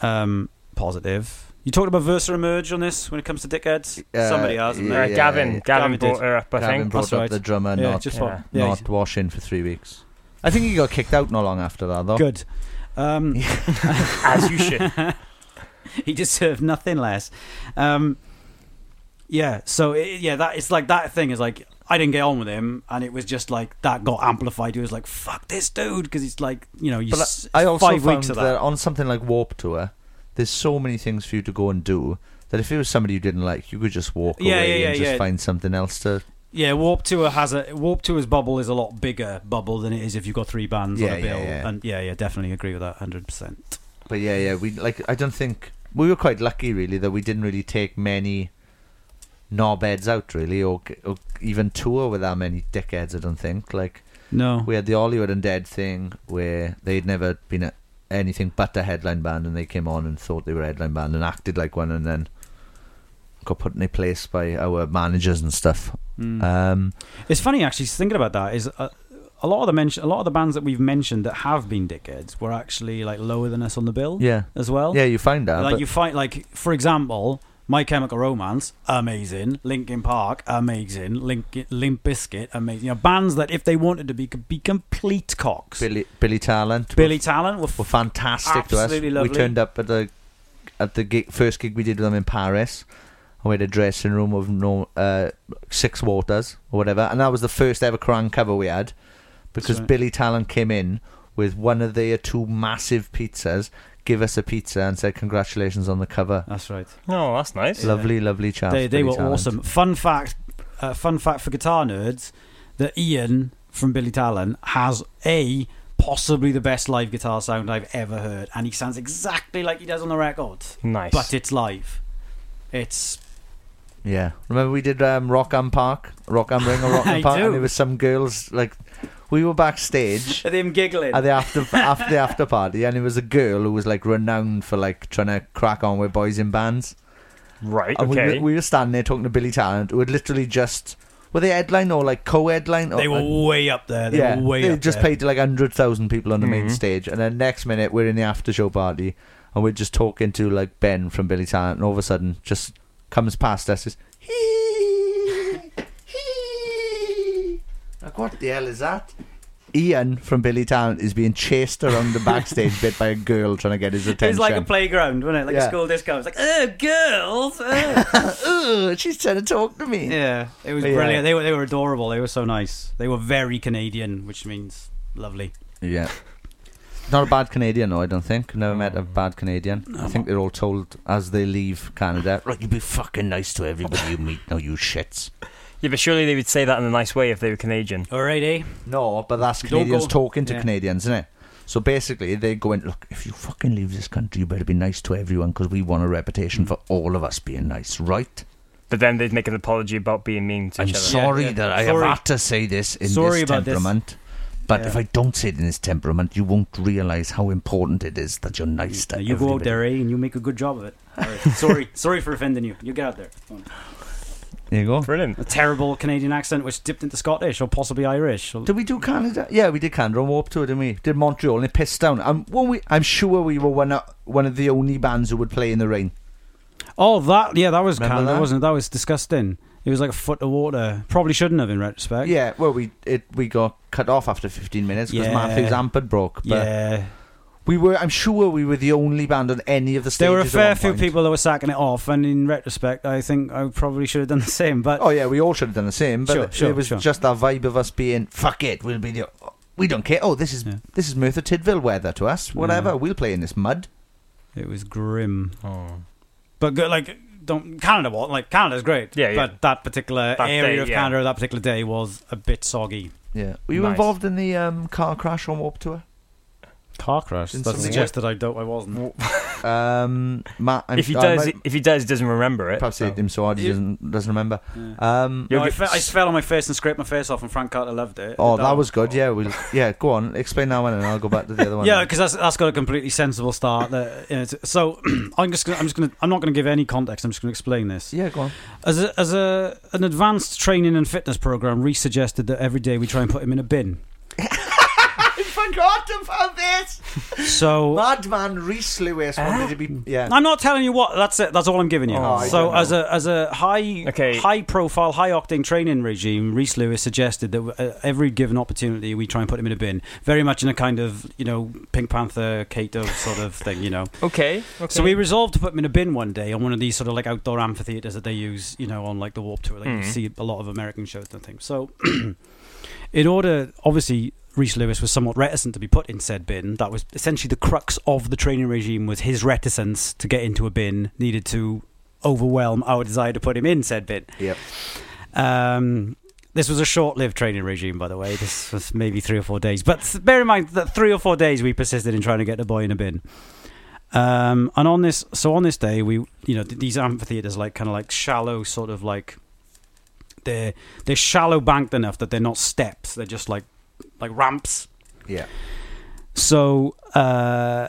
um, positive. You talked about Versa Emerge on this when it comes to dickheads. Uh, Somebody has, hasn't yeah, they? yeah, yeah. did. Gavin brought That's up right. the drummer Yeah, not, just yeah. what- yeah, he's- not washing for three weeks. I think he got kicked out not long after that, though. Good. Um, As you should. he deserved nothing less. Um, yeah. So it, yeah, that it's like that thing is like I didn't get on with him, and it was just like that got amplified. It was like fuck this dude because it's like you know you But s- I also five found weeks of that. on something like Warp Tour, there's so many things for you to go and do that if it was somebody you didn't like, you could just walk Yeah, away yeah, and yeah, just yeah. find something else to. Yeah, Warp Tour has a Warp Tour's bubble is a lot bigger bubble than it is if you've got three bands Yeah, on a yeah, bill. yeah. And yeah, yeah, definitely agree with that, hundred percent. But yeah, yeah, we like. I don't think we were quite lucky, really, that we didn't really take many knobheads out, really, or, or even tour with that many dickheads. I don't think. Like, No. we had the Hollywood and Dead thing where they'd never been a, anything but a headline band, and they came on and thought they were a headline band and acted like one, and then got put in a place by our managers and stuff. Mm. Um, It's funny actually thinking about that is a, a lot of the mention a lot of the bands that we've mentioned that have been dickheads were actually like lower than us on the bill. Yeah. as well. Yeah, you find out. like but you find like for example. My Chemical Romance, amazing. Linkin Park, amazing. Link, Limp Bizkit, amazing. You know, bands that if they wanted to be could be complete cocks. Billy Billy Talent, Billy Talent were, were fantastic to us. absolutely lovely. We turned up at the at the gig, first gig we did with them in Paris. and We had a dressing room of no uh, six waters or whatever, and that was the first ever Quran cover we had because That's right. Billy Talent came in with one of their two massive pizzas, give us a pizza, and said, Congratulations on the cover. That's right. Oh, that's nice. Lovely, lovely chat. They, they were awesome. Fun fact, uh, fun fact for guitar nerds: that Ian from Billy Talon has a possibly the best live guitar sound I've ever heard, and he sounds exactly like he does on the record. Nice. but it's live. It's Yeah. Remember we did um, Rockham Park, Rockham Ring, or I Rockham Park, do. and there was some girls like we were backstage. them giggling. at the after after the after party, and it was a girl who was like renowned for like trying to crack on with boys in bands. Right. And we were- okay. we, were standing there talking to Billy Talent, who had literally just were they headline or like co-headline? Or, They were way up there. They yeah, were way they up just there. paid like hundred thousand people on the main Mhm. stage, and then next minute we're in the after show party, and we're just talking to like Ben from Billy Talent, and all of a sudden just comes past us. Is, like what the hell is that? Ian from Billy Talent is being chased around the backstage bit by a girl trying to get his attention. It's like a playground, wasn't it? Like Yeah. a school disco. It's like, oh, girls. uh." Ugh, she's trying to talk to me. Yeah, it was But yeah. brilliant. They were they were adorable. They were so nice. They were very Canadian, which means lovely. Yeah. Not a bad Canadian, no, I don't think. Never met a bad Canadian. I think they're all told as they leave Canada, right, you be fucking nice to everybody you meet now, you shits. Yeah, but surely they would say that in a nice way if they were Canadian. Alrighty. No, but that's Canadians talking to Canadians, isn't it? So basically, they're going, look, if you fucking leave this country, you better be nice to everyone because we want a reputation for all of us being nice, right? But then they'd make an apology about being mean to I'm each other. sorry that I Sorry. have had to say this in Sorry this about this. temperament. But if Yeah. I don't say it in this temperament, you won't realise how important it is that you're nice to Now you go out everybody. there, eh, and you make a good job of it. All right. Sorry, sorry for offending you. You get out there. There you go. Brilliant. A terrible Canadian accent, which dipped into Scottish or possibly Irish. Did we do Canada? Yeah, we did Canada on Warped Tour, didn't we? Did Montreal and it pissed down. Um, when we, I'm sure we were one of, one of the only bands who would play in the rain. Oh, that yeah, that was Remember Canada, that? wasn't it? That was disgusting. It was like a foot of water. Probably shouldn't have in retrospect. Yeah, well, we it we got cut off after 15 minutes because Yeah. Matthew's amp had broke. But Yeah. we were. I'm sure we were the only band on any of the stages. There were a at fair one few point. people that were sacking it off, and in retrospect, I think I probably should have done the same. But oh yeah, we all should have done the same. But sure, it, sure, was sure. just that vibe of us being fuck it. We'll be the. We don't care. Oh, this is this is Merthyr Tydfil weather to us. Whatever. Yeah. We'll play in this mud. It was grim. Oh. But go- like, don't Canada what? Like Canada's great. Yeah, yeah. But that particular That area day, of yeah. Canada, that particular day, was a bit soggy. Yeah. Were you involved in the um, car crash on Warped Tour? Car crash. Didn't That somebody- suggests that I don't. I wasn't. Um, Matt, I'm, if he I does, might- if he does, he doesn't remember it. perhaps hit him so hard he doesn't doesn't remember. Um, No, I, fe- I fell on my face and scraped my face off, and Frank Carter loved it. oh, that was good. Yeah, we'll, yeah. Go on, explain that one, and I'll go back to the other one. Yeah, because that's that's got a completely sensible start. That, you know, it's- so I'm just gonna, I'm just gonna I'm not gonna give any context. I'm just gonna explain this. Yeah, go on. As a, as a an advanced training and fitness program, Reese suggested that every day we try and put him in a bin. I forgot about this. So Madman Reese Lewis wanted to be. Yeah, I'm not telling you what. That's it. That's all I'm giving you. Oh, I so don't as a as a high high profile, high octane training regime, Reese Lewis suggested that uh, every given opportunity we try and put him in a bin, very much in a kind of you know Pink Panther Kato sort of thing. You know. Okay. okay. So we resolved to put him in a bin one day on one of these sort of like outdoor amphitheaters that they use, you know, on like the Warp Tour. Like Mhm. you see a lot of American shows and things. So, in order, obviously, Reese Lewis was somewhat reticent to be put in said bin. That was essentially the crux of the training regime was his reticence to get into a bin needed to overwhelm our desire to put him in said bin. Yep. Um, this was a short-lived training regime, by the way. This was maybe three or four days. But th- bear in mind that three or four days we persisted in trying to get the boy in a bin. Um, and on this, so on this day, we, you know, th- these amphitheaters like kind of like shallow, sort of like they're they're shallow banked enough that they're not steps; they're just like like ramps. yeah. So uh,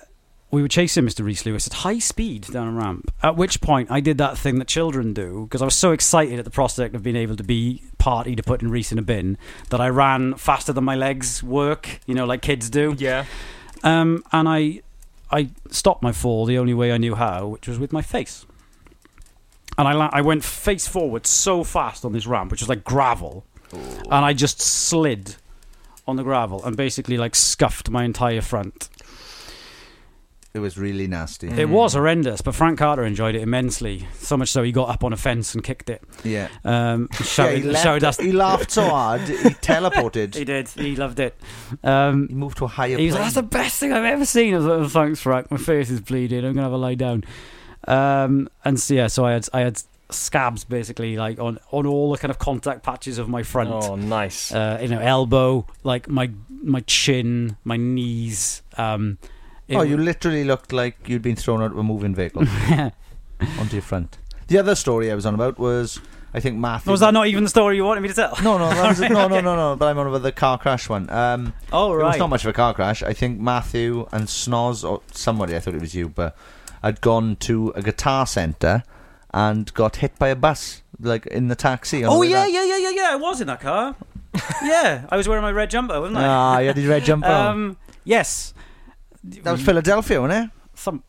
we were chasing Mr. Reese Lewis at high speed down a ramp. At which point, I did that thing that children do because I was so excited at the prospect of being able to be party to putting Reese in a bin that I ran faster than my legs work. You know, like kids do. Yeah. Um, and I, I stopped my fall the only way I knew how, which was with my face. And I, la- I went face forward so fast on this ramp, which was like gravel, and I just slid on the gravel and basically like scuffed my entire front. It was really nasty. It was horrendous, but Frank Carter enjoyed it immensely. So much so he got up on a fence and kicked it. Mm. Yeah. Um, he, shouted, laughed- shouted us- he laughed so hard, he teleported. he did. He loved it. Um, he moved to a higher. He was like, plane. "That's the best thing I've ever seen." I was like, "Oh, "Thanks, Frank. My face is bleeding. I'm gonna have a lie down." Um, and so yeah, so I had I had scabs basically like on on all the kind of contact patches of my front. Oh, nice. Uh, you know, elbow, like my my chin, my knees. Um, it Oh, you was- literally looked like you'd been thrown out of a moving vehicle onto your front. The other story I was on about was, I think Matthew. Oh, was that not even the story you wanted me to tell? No, no, that was- no, no, no, no. But I'm on about the car crash one. Um, oh, It was right. not much of a car crash. I think Matthew and Snoz or somebody. I thought it was you, but had gone to a guitar centre and got hit by a bus, like in the taxi. on the Oh way yeah, back. yeah, yeah, yeah, yeah. I was in that car. yeah, I was wearing my red jumper, wasn't I? Ah, you had your red jumper on. Um, yes, That was Philadelphia, wasn't it? Some.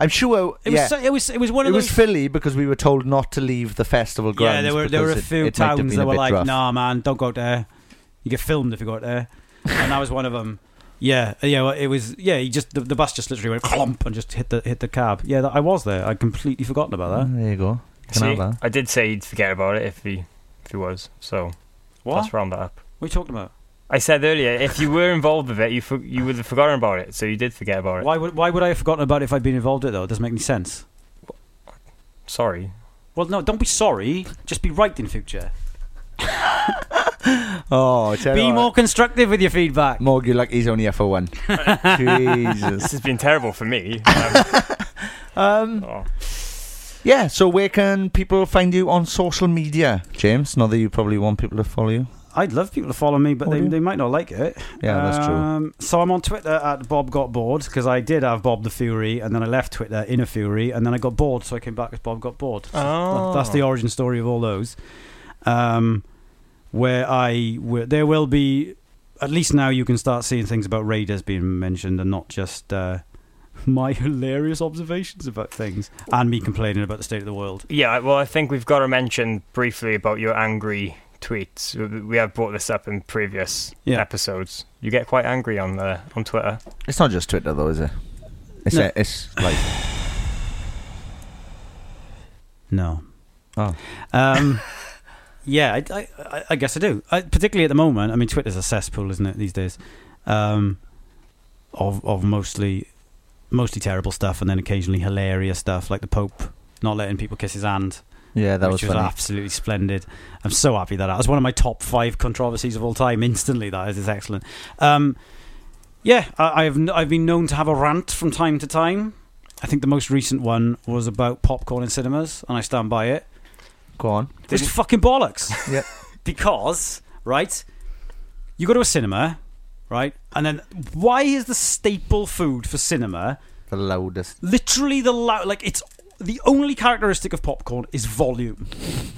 I'm sure. It was yeah. so- it was- it was one of It was those- Philly because we were told not to leave the festival grounds. Yeah, there were there were a because it- few it might have towns been that a were bit like, rough. "Nah, man, don't go out there. You get filmed if you go out there." And I was one of them. Yeah, yeah, well, it was. Yeah, he just the, the bus just literally went clomp and just hit the hit the cab. Yeah, that, I was there. I'd completely forgotten about that. There you go. See, I did say he'd forget about it if he if he was. So What? let's round that up. What are you talking about? I said earlier, if you were involved with it, you for, you would have forgotten about it. So you did forget about it. Why would why would I have forgotten about it if I'd been involved in it though? It doesn't make any sense. Sorry. Well, no, don't be sorry. Just be right in future. Oh, tell be you more constructive with your feedback. Morg, you're lucky he's only here for one. Jesus. this has been terrible for me. oh. Um, Yeah, so where can people find you on social media, James? Not that you probably want people to follow you. I'd love people to follow me, but they, they might not like it. Yeah, that's true. true. So I'm on Twitter at Bob Got Bored because I did have Bob the Fury, and then I left Twitter in a fury, and then I got bored, so I came back as Bob Got Bored. So Oh. that- that's the origin story of all those. Um, where I where, there will be at least now you can start seeing things about Raiders being mentioned and not just uh, my hilarious observations about things and me complaining about the state of the world. Yeah, well, I think we've got to mention briefly about your angry tweets. We- We have brought this up in previous Yeah. episodes. You get quite angry on uh, on Twitter. It's not just Twitter, though, is it? It's, No. uh, it's like. No. Oh. Um, yeah, I, I- I, I guess I do. I, particularly at the moment, I mean, Twitter's a cesspool, isn't it, these days? Um, of of mostly mostly terrible stuff, and then occasionally hilarious stuff, like the Pope not letting people kiss his hand. Yeah, that which was was funny. absolutely splendid. I'm so happy that that was one of my top five controversies of all time. Instantly, that is, is excellent. Um, yeah, I, I've n- I've been known to have a rant from time to time. I think the most recent one was about popcorn in cinemas, and I stand by it. Go on. It's fucking bollocks. Yeah. because, right, you go to a cinema, right, and then why is the staple food for cinema the loudest? Literally the loud. Like it's the only characteristic of popcorn is volume.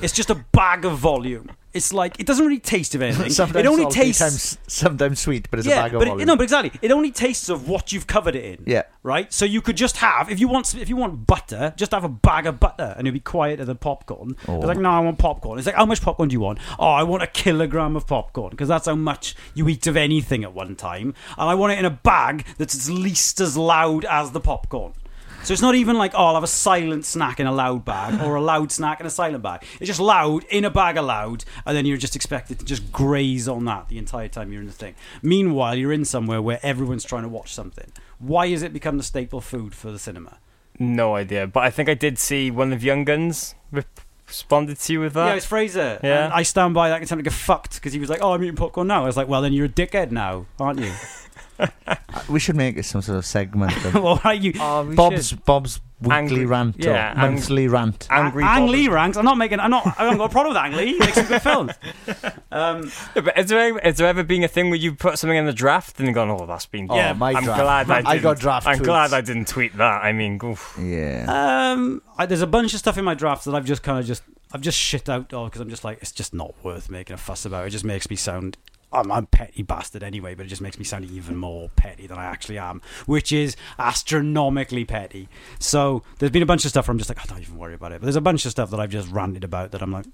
It's just a bag of volume. It's like it doesn't really taste of anything. sometimes it only salty, tastes Times, sometimes sweet, but it's yeah, a bag of but it- volume. no, but exactly. It only tastes of what you've covered it in. Yeah. Right. So you could just have if you want if you want butter, just have a bag of butter, and it'll be quieter than popcorn. Oh. It's like no, I want popcorn. It's like how much popcorn do you want? Oh, I want a kilogram of popcorn because that's how much you eat of anything at one time, and I want it in a bag that's at least as loud as the popcorn. So it's not even like oh, I'll have a silent snack in a loud bag or a loud snack in a silent bag. It's just loud in a bag of loud, and then you're just expected to just graze on that the entire time you're in the thing. Meanwhile, you're in somewhere where everyone's trying to watch something. Why has it become the staple food for the cinema? No idea, but I think I did see one of Young Guns re- responded to you with Uh, that. yeah, it's Fraser. Yeah. And I stand by that attempt to get fucked because he was like, "Oh, I'm eating popcorn now." I was like, "Well, then you're a dickhead now, aren't you?" we should make it some sort of segment. Of well, are you? Bob's Bob's weekly Angry- rant yeah, or ang- monthly rant. Angry Ang Lee ranks. I'm not making. I'm not. I haven't got a problem with Ang Lee. He makes some good films. Um, Yeah, but has there, has there ever been a thing where you put something in the draft and gone, "Oh, that's been." Oh, yeah, my I'm draft. glad I, didn't, I got draft I'm glad tweets. I didn't tweet that. I mean, oof. yeah. Um, I, there's a bunch of stuff in my drafts that I've just kind of just I've just shit out of because I'm just like it's just not worth making a fuss about. It just makes me sound I'm I'm a petty bastard anyway, but it just makes me sound even more petty than I actually am, which is astronomically petty. So there's been a bunch of stuff where I'm just like I don't even worry about it. But there's a bunch of stuff that I've just ranted about that I'm like,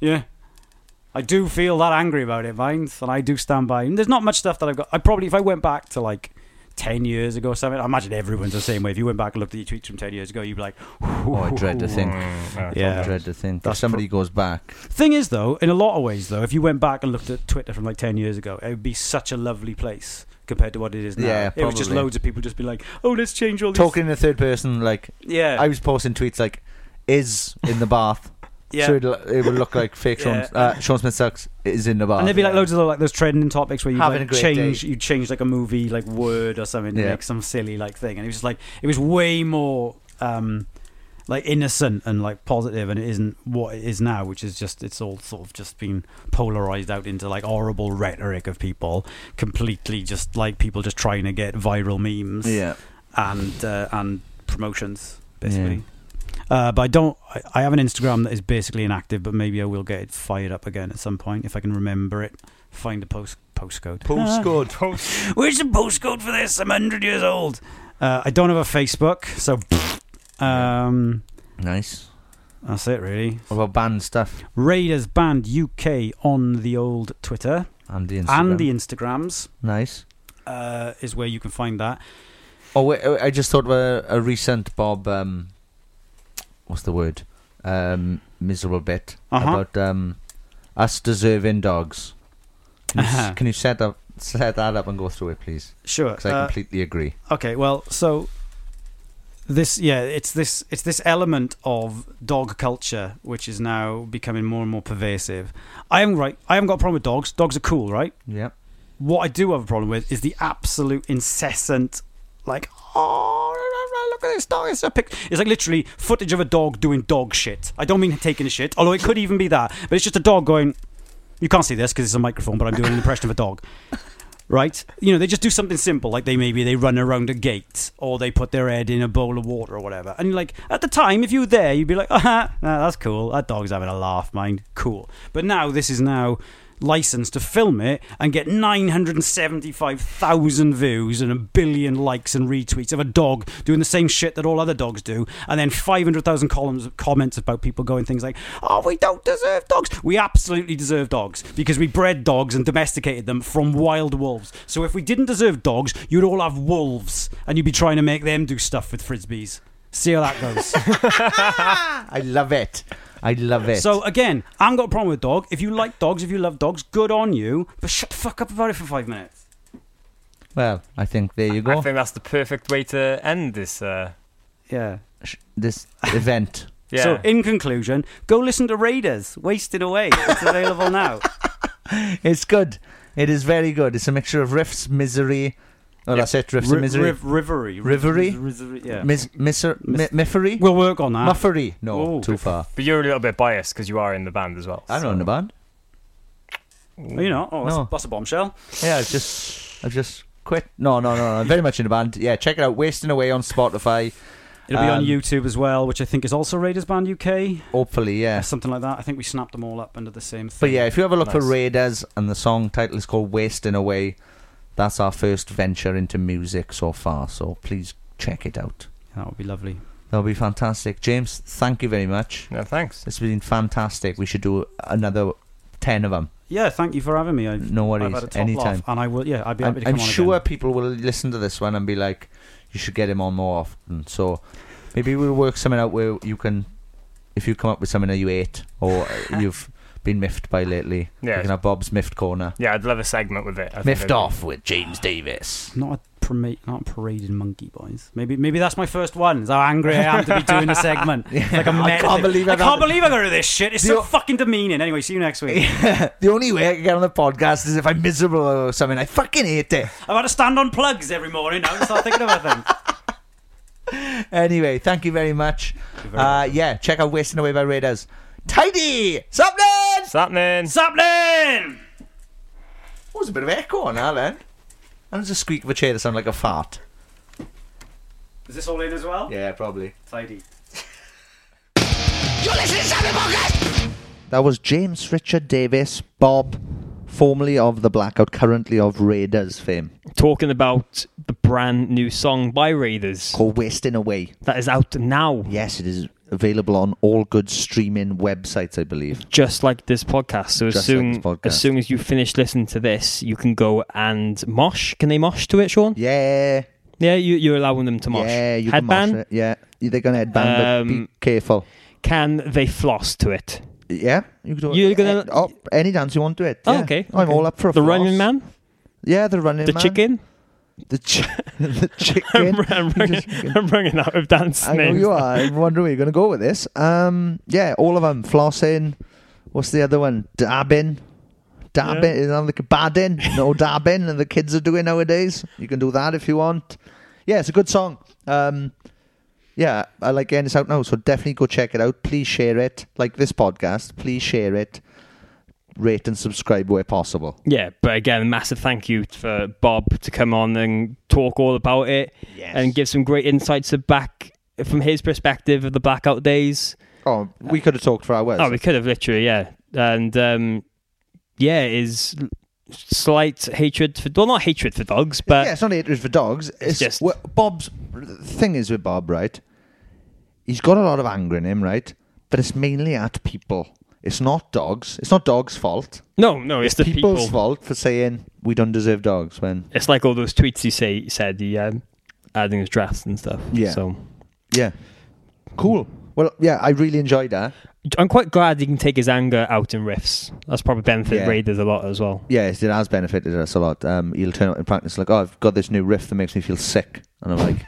yeah. I do feel that angry about it, Vines, and I do stand by. And there's not much stuff that I've got. I probably, if I went back to like ten years ago or something. I imagine everyone's the same way. If you went back and looked at your tweets from ten years ago, you'd be like, Oh, I dread to think. I dread to think. If somebody goes back. Thing is, though, in a lot of ways, though, if you went back and looked at Twitter from like 10 years ago, it would be such a lovely place compared to what it is now. Yeah, It was just probably. loads of people just be like, oh, let's change all these. Talking in the third person, like Yeah. I was posting tweets like "is in the bath," Yeah. so it'll, it would look like fake Sean. Yeah. Uh, Sean Smith sucks. Is in the bath. and there'd be like loads of like those trending topics where you Having a like great change, day. you change like a movie, like word or something, Yeah. like some silly like thing, and it was just like it was way more um, like innocent and like positive, and it isn't what it is now, which is just it's all sort of just been polarized out into like horrible rhetoric of people, completely just like people just trying to get viral memes, Yeah. and uh, and promotions basically. Yeah. Uh, but I don't. I, I have an Instagram that is basically inactive, but maybe I will get it fired up again at some point if I can remember it. Find a post postcode. Postcode. Where's the postcode for this? I'm hundred years old. Uh, I don't have a Facebook, so um, nice. That's it, really. What about band stuff? Raiders Band UK on the old Twitter And the Instagram. and the Instagrams nice. uh, is where you can find that. Oh, wait, oh, I just thought of a, a recent Bob. Um, what's the word? Um, miserable bit Uh-huh. about um, us deserving dogs. Can you, s- Uh-huh. can you set up set that up and go through it, please? Sure, Because I uh, completely agree. Okay, well, so this yeah, it's this it's this element of dog culture which is now becoming more and more pervasive. I am right. I haven't got a problem with dogs. Dogs are cool, right? Yep. What I do have a problem with is the absolute incessant like oh look at this dog it's a pic it's like literally footage of a dog doing dog shit i don't mean taking a shit although it could even be that but it's just a dog going you can't see this because it's a microphone but i'm doing an impression of a dog right? You know, they just do something simple, like they maybe they run around a gate or they put their head in a bowl of water or whatever. And like at the time, if you were there, you'd be like, ah, nah, that's cool. That dog's having a laugh, mind. Cool. But now this is now licensed to film it and get 975,000 views and a billion likes and retweets of a dog doing the same shit that all other dogs do and then 500,000 columns of comments about people going things like oh we don't deserve dogs we absolutely deserve dogs because we bred dogs and domesticated them from wild wolves so if we didn't deserve dogs you'd all have wolves and you'd be trying to make them do stuff with frisbees see how that goes I love it. I love it. So again, I haven't got a problem with dog. If you like dogs, if you love dogs, good on you. But shut the fuck up about it for five minutes. well, I think there you I go. think that's the perfect way to end this. Uh, Yeah. Sh- This event. Yeah. So in conclusion, go listen to Raiders. Wasted away. It's available now. It's good. It is very good. It's a mixture of riffs, misery. Oh, that's it. Riffs Ri- and misery. riv- rivery. Rivery. Ris- ris- yeah. Mis- miser- mi- miffery. We'll work on that. Muffery. No, Ooh. too far. but you're a little bit biased because you are in the band as well. I'm not in the band. Oh, you know, oh, that's, No. that's a bombshell. Yeah, I've just, I've just quit. No, no, no, no. I'm very much in the band. Yeah, check it out. Wasting Away on Spotify. It'll be on Um, YouTube as well, which I think is also Raiders Band UK, Hopefully, yeah. something like that. I think we snapped them all up under the same thing. But yeah, if you have a look for Nice. Raiders and the song title is called Wasting Away, that's our first venture into music so far. So please check it out. that would be lovely. That'll be fantastic. James, thank you very much. No, thanks. It's been fantastic. We should do another 10 of them. Yeah, thank you for having me. I've, No I've worries. had a top Anytime. laugh, and I will. Yeah, I'd be happy I'm, to come I'm on sure again. people will listen to this one and be like, you should get him on more often. So maybe we'll work something out where you can, if you come up with something that you ate or you've been miffed by lately, Yeah. we can have Bob's Miffed Corner. Yeah, I'd love a segment with it. I think Miffed I'd- off with James Davis. Not a parade, not a parading monkey, boys. Maybe, maybe that's my first one. Is how angry I am to be doing a segment. It's Like a I meta can't thing. believe I I've can't had- believe I got rid of this shit. It's The so o- fucking demeaning. Anyway, see you next week. the only way I can get on the podcast is if I'm miserable or something. I fucking hate it. I've had to stand on plugs every morning now and start thinking about things. Anyway, thank you very much. uh, yeah, check out Wasting Away by Raiders. Tidy! Something! Something! Something! What was Oh, a bit of echo on that then? That was a squeak of a chair that sounded like a fart. Is this all in as well? Yeah, probably. Tidy. That was James Richard Davis, Bob, formerly of The Blackout, currently of Raiders fame, Talking about the brand new song by Raiders called Wasting Away. that is out now. Yes, it is available on all good streaming websites, I believe. just like this podcast. So as Just like soon this podcast. as soon as you finish listening to this, you can go and mosh. Can they mosh to it, Sean? Yeah. Yeah, you, you're allowing them to mosh. Yeah, you can headband. mosh it. Yeah, they're going to headband, but be Um, careful. Can they floss to it? Yeah, you could do You're eh, gonna- oh, any dance you want to it. Oh, yeah. okay, I'm okay. all up for a The floss. running man? Yeah, the running The man. chicken? The, ch- the chicken. I'm, bringing, I'm bringing out of dance I know names. you are. I'm wondering where you're going to go with this. Um, yeah, all of them. Flossing. What's the other one? Dabbing. Dabbing. Yeah. Is that like badding? No dabbing, and the kids are doing nowadays. You can do that if you want. Yeah, it's a good song. Um, yeah, I like getting this out now, so definitely go check it out. Please share it. Like this podcast, please share it. Rate and subscribe where possible. Yeah, but again, a massive thank you for Bob to come on and talk all about it and give some great insights of back from his perspective of the blackout days. Oh, we could have talked for hours. Oh, we could have literally, yeah. And um, yeah, is slight hatred for well, not hatred for dogs, but yeah, it's not hatred for dogs. It's, just- well, Bob's the thing is with Bob, right? He's got a lot of anger in him, right? But it's mainly at people. It's not dogs. It's not dogs' fault. no, no, it's, the people's people. fault for saying we don't deserve dogs when It's like all those tweets he say he said he um, adding his drafts and stuff. Yeah. so yeah. Cool. Well, yeah, I really enjoyed that. I'm quite glad he can take his anger out in riffs. That's probably benefited Yeah. Raiders a lot as well. Yes, it has benefited us a lot. Um, he'll turn up in practice like, "Oh, I've got this new riff that makes me feel sick," and I'm like,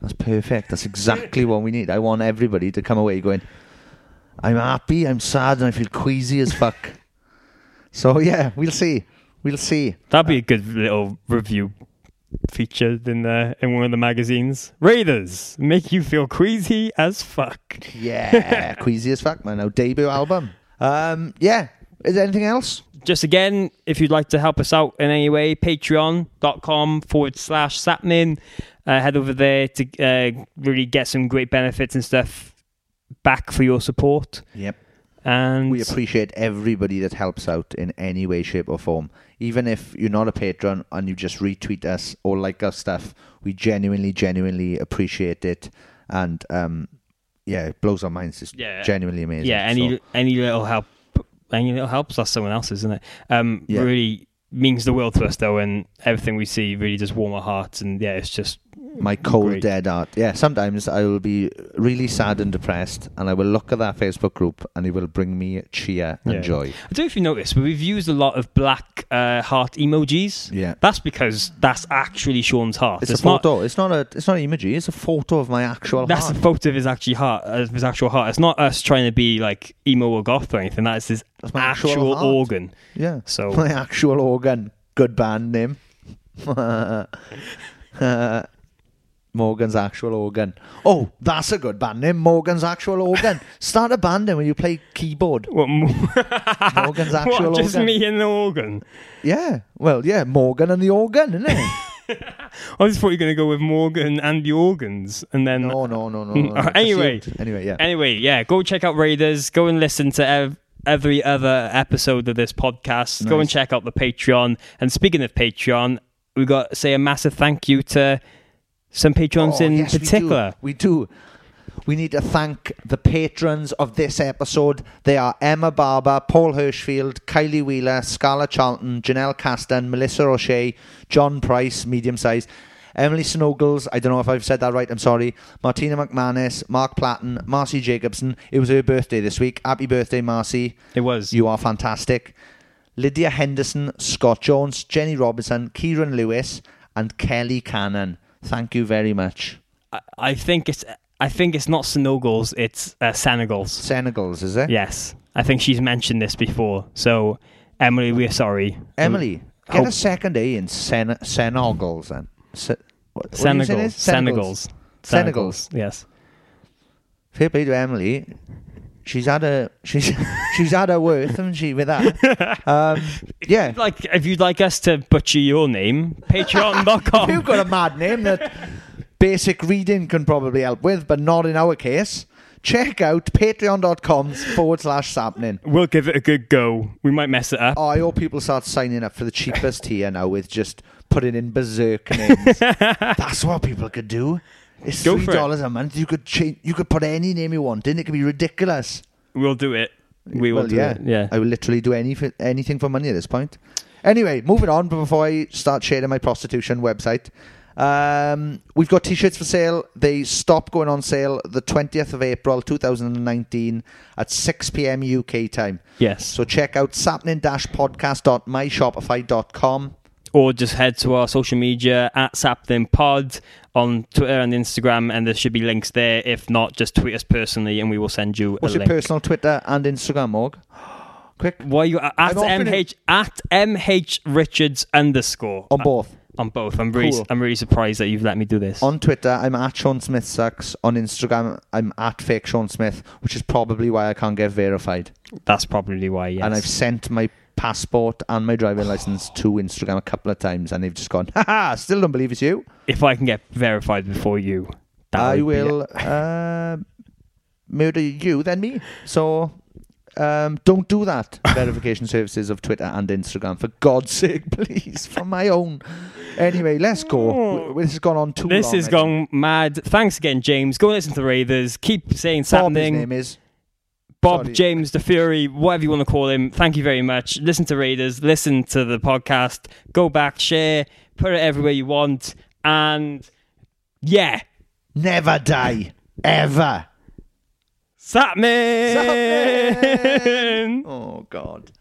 "That's perfect. That's exactly what we need. I want everybody to come away going, I'm happy, I'm sad, and I feel queasy as fuck." so yeah, we'll see. We'll see. That'd be a good little review featured in the in one of the magazines. Raiders make you feel queasy as fuck. Yeah, queasy as fuck, man. Our debut album. Um, yeah. Is there anything else? Just again, if you'd like to help us out in any way, patreon.com forward slash sapnin. Uh, head over there to uh, really get some great benefits and stuff back for your support. Yep. And We appreciate everybody that helps out in any way, shape, or form. Even if you're not a patron and you just retweet us or like our stuff, we genuinely, genuinely appreciate it. And um, yeah, it blows our minds. It's Yeah. genuinely amazing. Yeah, any So, any little help, any little helps. That's someone else, isn't it? Um, Yeah. really means the world to us, though, and everything we see really does warm our hearts. And yeah, it's just my cold Great. dead art. Yeah, sometimes I will be really sad and depressed, and I will look at that Facebook group, and it will bring me cheer and Yeah. joy. I don't know if you noticed, but we've used a lot of black uh, heart emojis. Yeah. that's because that's actually Sean's heart. It's, a not. photo. it's not a. It's not an emoji. It's a photo of my actual. That's heart. a photo of his actually heart, of his actual heart. It's not us trying to be like emo or goth or anything. That is his my actual actual, heart. organ. Yeah. So my actual organ. Good band name. Uh, Morgan's actual organ. Oh, that's a good band name. Morgan's actual organ. Start a band name when you play keyboard. What, Morgan's actual what, just organ. me and the organ. Yeah. Well, yeah. Morgan and the organ, isn't it? I just thought you were going to go with Morgan and the organs, and then no, no, no, no. no, no. anyway, Just you- Anyway, yeah. anyway, yeah. Go check out Raiders. Go and listen to ev- every other episode of this podcast. Go and Nice. check out the Patreon. And speaking of Patreon, we got to say a massive thank you to some patrons Oh, in yes, we do. particular. We do. we need to thank the patrons of this episode. They are Emma Barber, Paul Hirschfield, Kylie Wheeler, Scarlett Charlton, Janelle Caston, Melissa O'Shea, John Price, medium size, Emily Snowgles, I don't know if I've said that right, I'm sorry, Martina McManus, Mark Platten, Marcy Jacobson. It was her birthday this week. Happy birthday, Marcy. It was. You are fantastic. Lydia Henderson, Scott Jones, Jenny Robinson, Kieran Lewis, and Kelly Cannon. Thank you very much. I, I think it's. I think it's not Senogals. It's uh, Senegals. Senegals, is it? Yes, I think she's mentioned this before. So, Emily, we're sorry. Emily, Um, get hope- a second A in Sen- Senegals then. Se- what, what are you saying it Senegals. is? Senegals. Senegals. Yes. Fair play to Emily. She's had a she's she's had her worth, hasn't she? With that, um, yeah. Like, if you'd like us to butcher your name, patreon.com. You've got a mad name that basic reading can probably help with, but not in our case. Check out patreon.com forward slash sapnin. We'll give it a good go. We might mess it up. Oh, I hope people start signing up for the cheapest tier now with just putting in berserk names. That's what people could do. It's Go three for it. dollars a month. You could change. You could put any name you want in. It could be ridiculous. We'll do it. We will Well, do yeah. it. Yeah. I will literally do any for, anything for money at this point. Anyway, moving on. But before I start sharing my prostitution website, um, we've got t-shirts for sale. They stop going on sale the twentieth of April, two thousand and nineteen, at six pm UK time. Yes. So check out sapnin-podcast.myshopify.com. Or just head to our social media at SapThinPod on Twitter and Instagram, and there should be links there. If not, just tweet us personally, and we will send you What's a your link. personal Twitter and Instagram, Morg? Quick. Why you at I'm offering mh at mh richards underscore On both. on both. I'm really Cool. I'm really surprised that you've let me do this. On Twitter, I'm at Sean Smith Sucks. On Instagram, I'm at Fake Sean Smith, which is probably why I can't get verified. That's probably why, yes. And I've sent my passport and my driving license to Instagram a couple of times, and they've just gone, ha ha, still don't believe it's you. If I can get verified before you, that I would be- will uh, murder you, then me. So um, don't do that, verification services of Twitter and Instagram. For God's sake, please, for my own. Anyway, let's go. W- This has gone on too This long. has gone mad. Thanks again, James. Go and listen to the Raiders. Keep saying Bob, his something. name is. Bob, Sorry. James, the Fury, whatever you want to call him. Thank you very much. Listen to Raiders. Listen to the podcast. Go back, share, put it everywhere you want, and yeah, never die ever. Satman. Satman. Oh God.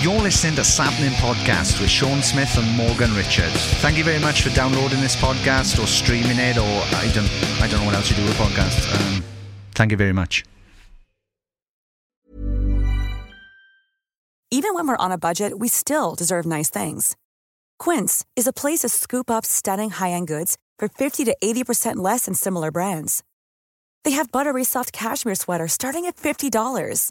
You're listening to Sapling Podcast with Sean Smith and Morgan Richards. Thank you very much for downloading this podcast or streaming it, or I don't, I don't know what else you do with podcasts. Um, thank you very much. Even when we're on a budget, we still deserve nice things. Quince is a place to scoop up stunning high end goods for 50 to 80% less than similar brands. They have buttery soft cashmere sweaters starting at $50,